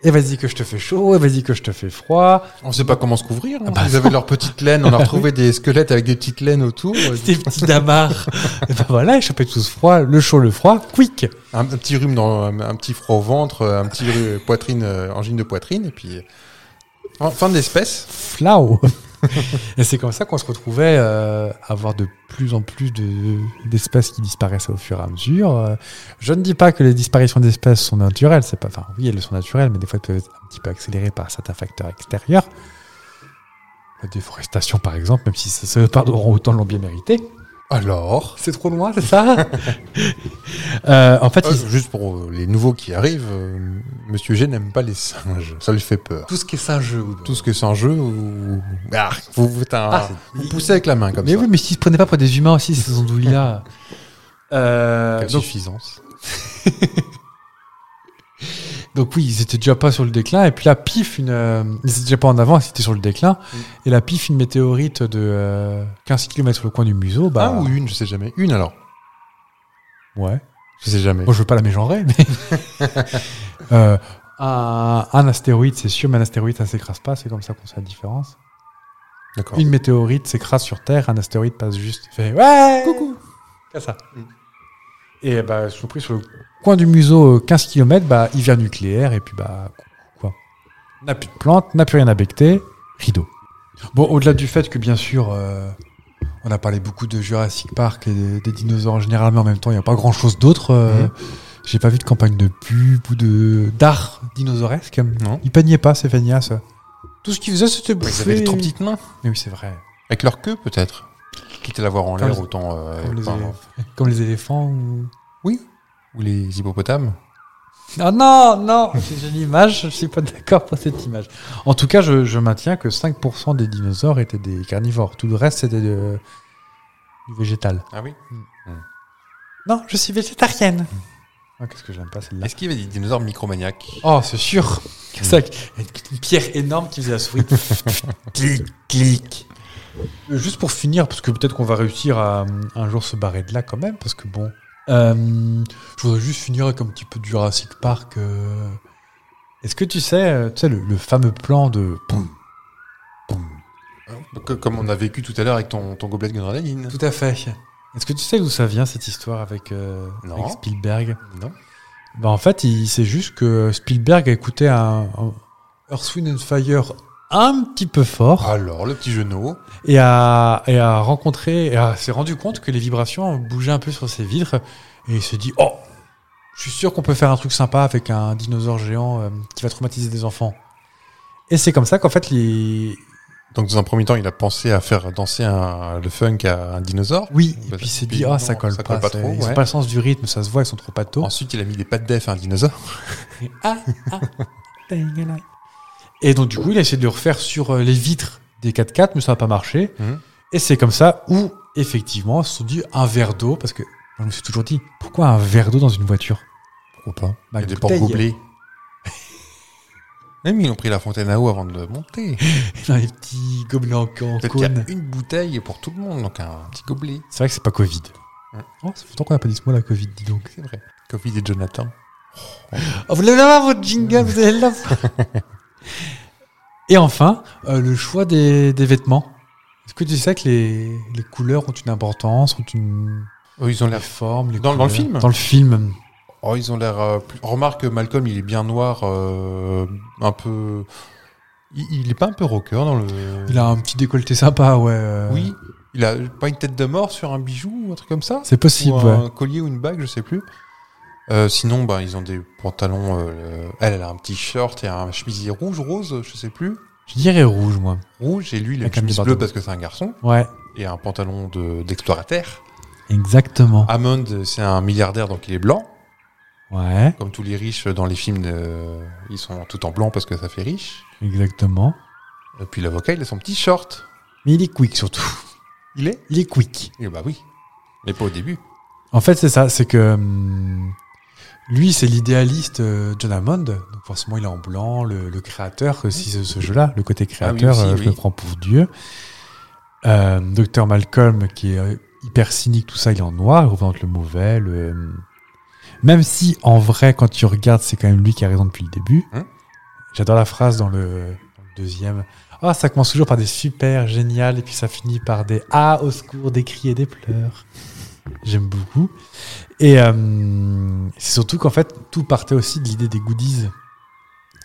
[SPEAKER 2] Et vas-y que je te fais chaud, et vas-y que je te fais froid.
[SPEAKER 1] On sait pas comment se couvrir. hein.
[SPEAKER 2] Ah bah, Ah
[SPEAKER 1] Ils avaient leurs petites laines, on a retrouvé des squelettes avec des petites laines autour. euh,
[SPEAKER 2] Des bah, petits damards. et ben voilà, ils chopaient tous froid, le chaud, le froid, quick.
[SPEAKER 1] un, un petit rhume dans un, un petit froid au ventre, euh, un petit rhume, poitrine, euh, angine de poitrine, et puis euh, en, fin de l'espèce.
[SPEAKER 2] Flao. et c'est comme ça qu'on se retrouvait euh, à avoir de plus en plus de- d'espèces qui disparaissaient au fur et à mesure. Euh, Je ne dis pas que les disparitions d'espèces sont naturelles, c'est pas, enfin oui, elles sont naturelles, mais des fois elles peuvent être un petit peu accélérées par certains facteurs extérieurs. La déforestation, par exemple, même si ça se pardonneront autant l'ont bien mérité.
[SPEAKER 1] Alors,
[SPEAKER 2] C'est trop loin, c'est ça Euh, En fait,
[SPEAKER 1] Euh,
[SPEAKER 2] ils-
[SPEAKER 1] juste pour euh, les nouveaux qui arrivent, euh, Monsieur G n'aime pas les singes, ça lui fait peur.
[SPEAKER 2] tout ce qui est singe.
[SPEAKER 1] Tout ce que c'est un jeu, ou... ah, vous, vous, t'as un-
[SPEAKER 2] Ah,
[SPEAKER 1] vous poussez avec la main comme
[SPEAKER 2] Mais
[SPEAKER 1] ça.
[SPEAKER 2] oui, mais s'ils se prenaient pas pour des humains aussi, ces andouilles-là. Euh,
[SPEAKER 1] Quelle
[SPEAKER 2] donc,
[SPEAKER 1] suffisance.
[SPEAKER 2] Donc oui, ils étaient déjà pas sur le déclin. Et puis là, pif, une, euh, ils étaient déjà pas en avant, ils étaient sur le déclin. Et là, pif, une météorite de euh, 15 km sur le coin du museau. Bah,
[SPEAKER 1] Un ou une, je sais jamais. Une alors,
[SPEAKER 2] Ouais.
[SPEAKER 1] je sais jamais.
[SPEAKER 2] Moi, je veux pas la mégenrer, mais. Euh, un, un astéroïde, c'est sûr, mais un astéroïde, ça s'écrase pas. C'est comme ça qu'on sait la différence.
[SPEAKER 1] D'accord.
[SPEAKER 2] Une météorite s'écrase sur Terre, un astéroïde passe juste. il Fait, ouais Coucou Mm. Comme ça. Et bah, je pris sur le coin du museau, euh, 15 km, bah, hiver nucléaire, et puis bah, coucou, quoi. N'a plus de plantes, n'a plus rien à becter, rideau. Bon, au-delà du fait que, bien sûr, euh, on a parlé beaucoup de Jurassic Park et des, des dinosaures en général, mais en même temps, il n'y a pas grand-chose d'autre. euh,
[SPEAKER 1] Mhm.
[SPEAKER 2] J'ai pas vu de campagne de pub ou de d'art dinosauresque.
[SPEAKER 1] Non.
[SPEAKER 2] Ils peignaient pas, ces feignasses. Mm. Tout ce qu'ils faisaient, c'était
[SPEAKER 1] Ils avaient des
[SPEAKER 2] bouffer.
[SPEAKER 1] trop petites mains.
[SPEAKER 2] Mais oui, c'est vrai.
[SPEAKER 1] Avec leur queue peut-être. Quitte à l'avoir en
[SPEAKER 2] Comme
[SPEAKER 1] l'air,
[SPEAKER 2] les-
[SPEAKER 1] autant... euh,
[SPEAKER 2] Comme les,
[SPEAKER 1] enfin,
[SPEAKER 2] élé- comme les éléphants ou...
[SPEAKER 1] oui. Ou les hippopotames.
[SPEAKER 2] Ah non, non, j'ai une image, je suis pas d'accord pour cette image. En tout cas, je, je maintiens que 5% des dinosaures étaient des carnivores. Tout le reste, c'était de- du végétal.
[SPEAKER 1] Ah oui
[SPEAKER 2] Non, je suis végétarienne. Ah, Qu'est-ce que j'aime pas celle-là
[SPEAKER 1] Est-ce qu'il y avait des dinosaures micromaniaques
[SPEAKER 2] Oh, c'est sûr que ça, Une pierre énorme qui faisait la souris. clic, clic. Euh, Juste pour finir, parce que peut-être qu'on va réussir à euh, un jour se barrer de là quand même, parce que bon. euh, je voudrais juste finir avec un petit peu de Jurassic Park. euh. Est-ce que tu sais, euh, tu sais le, le fameux plan de. Poum, poum. Ah.
[SPEAKER 1] Que- Comme on a vécu tout à l'heure avec ton, ton gobelet de grenadine.
[SPEAKER 2] Tout à fait. Est-ce que tu sais d'où ça vient cette histoire avec, euh,
[SPEAKER 1] Non.
[SPEAKER 2] avec Spielberg Ben,
[SPEAKER 1] Non
[SPEAKER 2] Bah en fait, il- c'est juste que Spielberg a écouté un, un Earth, Wind and Fire un petit peu fort
[SPEAKER 1] Alors, le petit genou.
[SPEAKER 2] et à, et à rencontrer, et à s'est rendu compte que les vibrations bougeaient un peu sur ses vitres et il se dit Oh, je suis sûr qu'on peut faire un truc sympa avec un dinosaure géant euh, qui va traumatiser des enfants. Et c'est comme ça qu'en fait, les.
[SPEAKER 1] Donc, dans un premier temps, il a pensé à faire danser un- le funk à un dinosaure.
[SPEAKER 2] Oui, et
[SPEAKER 1] Bah,
[SPEAKER 2] puis il s'est
[SPEAKER 1] puis
[SPEAKER 2] dit Ah,
[SPEAKER 1] non,
[SPEAKER 2] ça colle
[SPEAKER 1] ça
[SPEAKER 2] pas.
[SPEAKER 1] colle pas
[SPEAKER 2] c'est-
[SPEAKER 1] trop,
[SPEAKER 2] Ils ont
[SPEAKER 1] ouais.
[SPEAKER 2] pas le sens du rythme, ça se voit, ils sont trop patos.
[SPEAKER 1] Ensuite, il a mis des pattes d'EF à un dinosaure.
[SPEAKER 2] Ah, Et donc, du coup, il a essayé de le refaire sur euh, les vitres des 4x4, mais ça n'a pas marché.
[SPEAKER 1] Mhm.
[SPEAKER 2] Et c'est comme ça où, effectivement, ils se sont dit un verre d'eau, parce que moi, je me suis toujours dit, pourquoi un verre d'eau dans une voiture
[SPEAKER 1] Ou pas Il
[SPEAKER 2] Bah,
[SPEAKER 1] y a des portes
[SPEAKER 2] bouteille.
[SPEAKER 1] gobelets. Même ils ont pris la fontaine à eau avant de le monter.
[SPEAKER 2] Dans les petits gobelets en, en
[SPEAKER 1] Peut-être qu'il y a
[SPEAKER 2] cône.
[SPEAKER 1] une bouteille pour tout le monde, donc un petit gobelet.
[SPEAKER 2] C'est vrai que c'est pas Covid.
[SPEAKER 1] Mhm.
[SPEAKER 2] Oh, c'est pourtant qu'on n'a pas dit ce mot, la Covid, dis donc.
[SPEAKER 1] C'est vrai. Covid et Jonathan.
[SPEAKER 2] Oh, vous l'avez là, votre jingle, vous allez l'avoir. Et enfin, euh, le choix des, des vêtements. Est-ce que tu sais que les, les couleurs ont une importance, ont une
[SPEAKER 1] Oh, ils ont
[SPEAKER 2] les
[SPEAKER 1] l'air.
[SPEAKER 2] formes les
[SPEAKER 1] Dans- dans le
[SPEAKER 2] couleurs
[SPEAKER 1] film
[SPEAKER 2] Dans le film.
[SPEAKER 1] Oh, ils ont l'air. euh, plus- Remarque, Malcolm, il est bien noir, euh, un peu. Il, il est pas un peu rocker dans le.
[SPEAKER 2] Il a un petit décolleté sympa, ouais. euh,
[SPEAKER 1] Oui. Il a pas une tête de mort sur un bijou ou un truc comme ça
[SPEAKER 2] C'est possible,
[SPEAKER 1] Ou
[SPEAKER 2] ouais.
[SPEAKER 1] un collier ou une bague, je sais plus. Euh, sinon, bah, ils ont des pantalons. euh, elle, elle a un petit short et un chemisier rouge, rose, je sais plus.
[SPEAKER 2] Je dirais rouge, moi.
[SPEAKER 1] Rouge, et lui, il a une
[SPEAKER 2] Avec un petit
[SPEAKER 1] chemise bleue
[SPEAKER 2] bardon.
[SPEAKER 1] parce que c'est un garçon,
[SPEAKER 2] Ouais,
[SPEAKER 1] et un pantalon de- d'explorateur.
[SPEAKER 2] exactement.
[SPEAKER 1] Ah. Hammond, c'est un milliardaire, donc il est blanc.
[SPEAKER 2] Ouais,
[SPEAKER 1] Comme tous les riches dans les films, euh, ils sont tout en blanc parce que ça fait riche.
[SPEAKER 2] exactement.
[SPEAKER 1] Et puis l'avocat, il a son petit short.
[SPEAKER 2] Mais il est quick, surtout.
[SPEAKER 1] Il est
[SPEAKER 2] Il est quick.
[SPEAKER 1] Eh bah oui. Mais pas au début.
[SPEAKER 2] En fait, c'est ça, c'est que... hum, lui, c'est l'idéaliste euh, John Hammond. Donc forcément, il est en blanc, le, le créateur aussi, ce, ce jeu-là, le côté créateur,
[SPEAKER 1] aussi,
[SPEAKER 2] euh, je
[SPEAKER 1] Ah oui.
[SPEAKER 2] le prends pour Dieu. Euh, Docteur Malcolm, qui est euh, hyper cynique, tout ça, il est en noir, il représente le mauvais. Le... hum. Même si, en vrai, quand tu regardes, c'est quand même lui qui a raison depuis le début.
[SPEAKER 1] Hein
[SPEAKER 2] J'adore la phrase dans le, dans le deuxième. Ah, ça commence toujours par des super, génial, et puis ça finit par des ah, au secours, des cris et des pleurs. J'aime beaucoup. Et euh, c'est surtout qu'en fait, tout partait aussi de l'idée des goodies.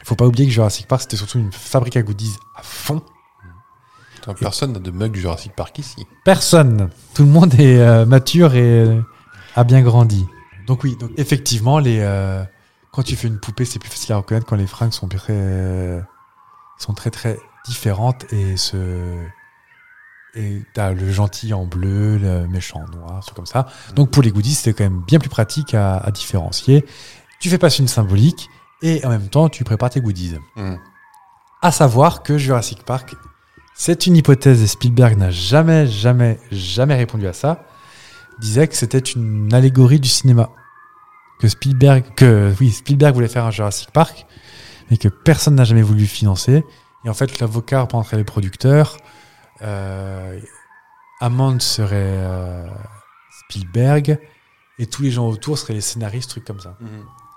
[SPEAKER 2] Faut pas oublier que Jurassic Park, c'était surtout une fabrique à goodies à fond.
[SPEAKER 1] Putain, personne n'a de mug Jurassic Park ici.
[SPEAKER 2] Personne. Tout le monde est euh, mature et euh, a bien grandi. Donc oui, donc effectivement, les, euh, quand tu fais une poupée, c'est plus facile à reconnaître quand les fringues sont très, euh, sont très très différentes et se et t'as le gentil en bleu, le méchant en noir, tout comme ça. Donc pour les goodies, c'était quand même bien plus pratique à, à différencier. Tu fais passer une symbolique et en même temps, tu prépares tes goodies.
[SPEAKER 1] Hmm.
[SPEAKER 2] À savoir que Jurassic Park, c'est une hypothèse et Spielberg n'a jamais, jamais, jamais répondu à ça. Disait que c'était une allégorie du cinéma. Que Spielberg, que oui, Spielberg voulait faire un Jurassic Park, mais que personne n'a jamais voulu financer. Et en fait, l'avocat reprendrait les producteurs. Euh, Hammond serait euh, Spielberg. Et tous les gens autour seraient les scénaristes, trucs comme ça.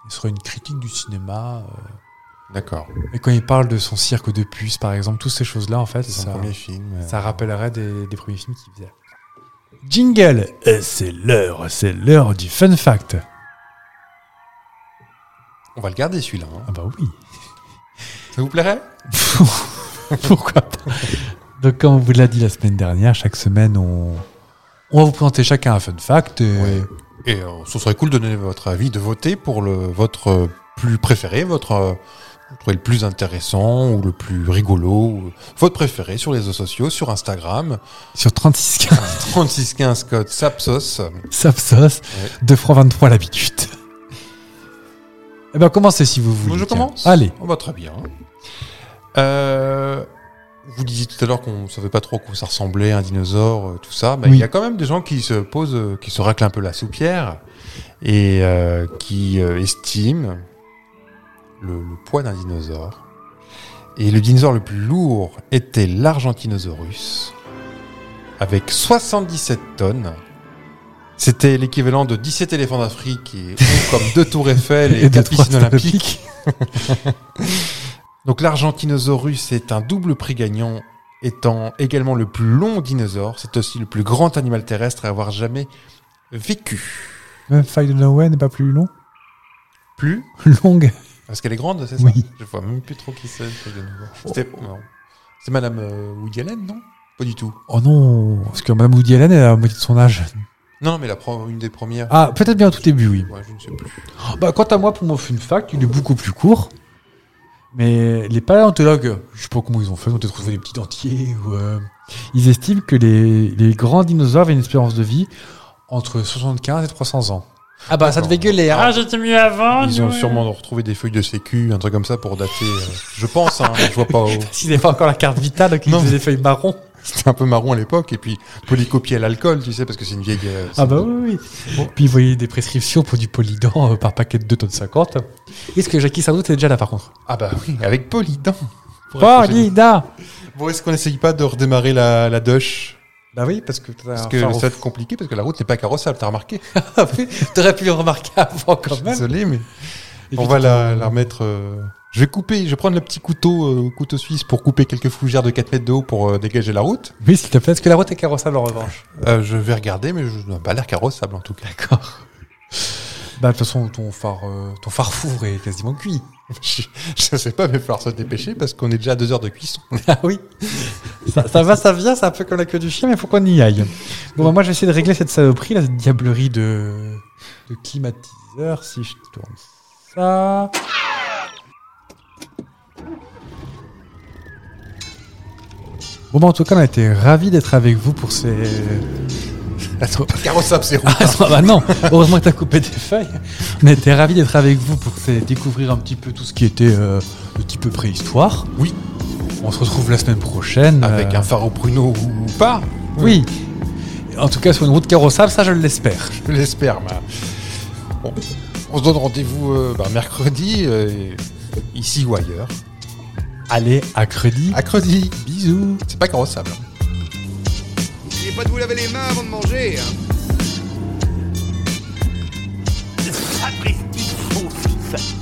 [SPEAKER 2] Ce serait une critique du cinéma. euh,
[SPEAKER 1] D'accord.
[SPEAKER 2] et quand il parle de son cirque de puces, par exemple, toutes ces choses-là, en fait,
[SPEAKER 1] C'est son
[SPEAKER 2] ça,
[SPEAKER 1] premier film. euh.
[SPEAKER 2] ça rappellerait des, des premiers films qu'il faisait. Jingle Et c'est l'heure, c'est l'heure du fun fact.
[SPEAKER 1] On va le garder celui-là. hein.
[SPEAKER 2] Ah bah oui.
[SPEAKER 1] Ça vous plairait
[SPEAKER 2] Pourquoi pas Donc, comme on vous l'a dit la semaine dernière, chaque semaine, on, on va vous présenter chacun un fun fact. et-
[SPEAKER 1] Ouais. Et euh, ce serait cool de donner votre avis, de voter pour le, votre euh, plus préféré, votre euh, vous trouvez le plus intéressant ou le plus rigolo, ou votre préféré sur les réseaux sociaux, sur Instagram,
[SPEAKER 2] Sur 36 cartes
[SPEAKER 1] 3615 code Sapsos.
[SPEAKER 2] Sapsos, 2 francs 23 l'habitude. Eh ben, commencez si vous voulez.
[SPEAKER 1] je
[SPEAKER 2] tiens.
[SPEAKER 1] commence
[SPEAKER 2] Allez.
[SPEAKER 1] On va Oh, bah, très bien. Euh, vous disiez tout à l'heure qu'on savait pas trop à quoi ça ressemblait, un dinosaure, euh, tout ça. Bah, Il
[SPEAKER 2] Oui.
[SPEAKER 1] y a quand même des gens qui se posent, euh, qui se raclent un peu la soupière et euh, qui euh, estiment le, le poids d'un dinosaure. Et le dinosaure le plus lourd était l'Argentinosaurus, avec 77 tonnes. C'était l'équivalent de 17 éléphants d'Afrique, et haut comme deux tours Eiffel et,
[SPEAKER 2] Et deux
[SPEAKER 1] quatre
[SPEAKER 2] trois
[SPEAKER 1] piscines
[SPEAKER 2] stades
[SPEAKER 1] olympiques. Donc l'Argentinosaurus est un double prix gagnant, étant également le plus long dinosaure. C'est aussi le plus grand animal terrestre à avoir jamais vécu.
[SPEAKER 2] Même faille de Noé n'est pas plus long
[SPEAKER 1] Plus
[SPEAKER 2] Longue.
[SPEAKER 1] Parce qu'elle est grande, c'est ça
[SPEAKER 2] Oui.
[SPEAKER 1] Oh. Je vois même plus trop qui c'est. ce dinosaure. C'était- non. C'est Madame euh, Woody Allen, non Pas du tout.
[SPEAKER 2] Oh non, parce que Madame Woody Allen, elle a la moitié de son âge.
[SPEAKER 1] Non, mais la pro- une des premières.
[SPEAKER 2] Ah, peut-être bien au tout début, oui.
[SPEAKER 1] Ouais, je ne sais plus.
[SPEAKER 2] Bah, quant à moi, pour mon fun fact, il est beaucoup plus court. Mais les paléontologues, je sais pas comment ils ont fait, ils ont peut-être trouvé des petits dentiers. Ou euh, Ils estiment que les, les grands dinosaures avaient une espérance de vie entre 75 et 300 ans. Ah bah ça devait gueuler.
[SPEAKER 1] hein. Ah,
[SPEAKER 2] j'étais mieux avant.
[SPEAKER 1] Ils ont sûrement retrouvé des feuilles de sécu, un truc comme ça pour dater. euh, je pense, hein, je vois pas. Où...
[SPEAKER 2] Ah, S'ils n'avaient pas encore la carte vitale, qu'ils
[SPEAKER 1] Non.
[SPEAKER 2] faisaient des feuilles marron.
[SPEAKER 1] C'était un peu marron à l'époque, et puis polycopié à l'alcool, tu sais, parce que c'est une vieille. euh,
[SPEAKER 2] Ah bah
[SPEAKER 1] c'est-
[SPEAKER 2] oui, oui. Puis ils voyaient des prescriptions pour du polydent euh, par paquet de 2 tonnes 50. Est-ce que Jackie Sardou était déjà là par contre
[SPEAKER 1] Ah bah oui, avec Polydent.
[SPEAKER 2] Polydent
[SPEAKER 1] Bon, est-ce qu'on n'essaye pas de redémarrer la, la Dush
[SPEAKER 2] Bah oui, parce que t'as
[SPEAKER 1] Parce
[SPEAKER 2] un
[SPEAKER 1] que ça
[SPEAKER 2] phare au
[SPEAKER 1] va être compliqué, parce que la route n'est pas carrossable, t'as remarqué
[SPEAKER 2] Ah oui, T'aurais pu le remarquer avant quand même.
[SPEAKER 1] Désolé, mais
[SPEAKER 2] Et
[SPEAKER 1] on
[SPEAKER 2] puis,
[SPEAKER 1] va la,
[SPEAKER 2] euh,
[SPEAKER 1] la remettre. euh, Je vais couper, je vais prendre le petit couteau, euh, couteau suisse pour couper quelques fougères de 4 mètres de haut pour euh, dégager la route.
[SPEAKER 2] Oui, s'il te plaît. Est-ce que la route est carrossable en revanche
[SPEAKER 1] Euh, je vais regarder, mais je n'a pas l'air carrossable en tout cas.
[SPEAKER 2] D'accord. Bah, de toute façon, ton phare, euh, ton phare four est quasiment cuit.
[SPEAKER 1] je, je sais pas, mais il va falloir se dépêcher parce qu'on est déjà à 2 heures de cuisson.
[SPEAKER 2] Ah oui. Ça, ça va, ça vient, c'est un peu comme la queue du chien, mais faut qu'on y aille. Bon, bah, moi, je vais essayer de régler cette saloperie, là, cette diablerie de, de climatiseur, si je tourne ça. Bon, bah, en tout cas, on a été ravis d'être avec vous pour ces.
[SPEAKER 1] Attends, pas carrossable, c'est route.
[SPEAKER 2] Ah non, bah non, heureusement que t'as coupé des feuilles. On était ravis d'être avec vous pour ces- découvrir un petit peu tout ce qui était euh, un petit peu préhistoire.
[SPEAKER 1] Oui.
[SPEAKER 2] On se retrouve la semaine prochaine.
[SPEAKER 1] Avec
[SPEAKER 2] euh,
[SPEAKER 1] un phare au pruneau ou pas,
[SPEAKER 2] Oui. En tout cas, sur une route carrossable, ça je l'espère.
[SPEAKER 1] je l'espère. mais- Bon, on se donne rendez-vous euh, bah, mercredi, euh, ici ou ailleurs.
[SPEAKER 2] Allez, à crédit.
[SPEAKER 1] Mercredi, bisous. C'est pas carrossable. hein.
[SPEAKER 7] N'oubliez pas de vous laver les mains avant de manger. hein.
[SPEAKER 6] Sapristi, son fils.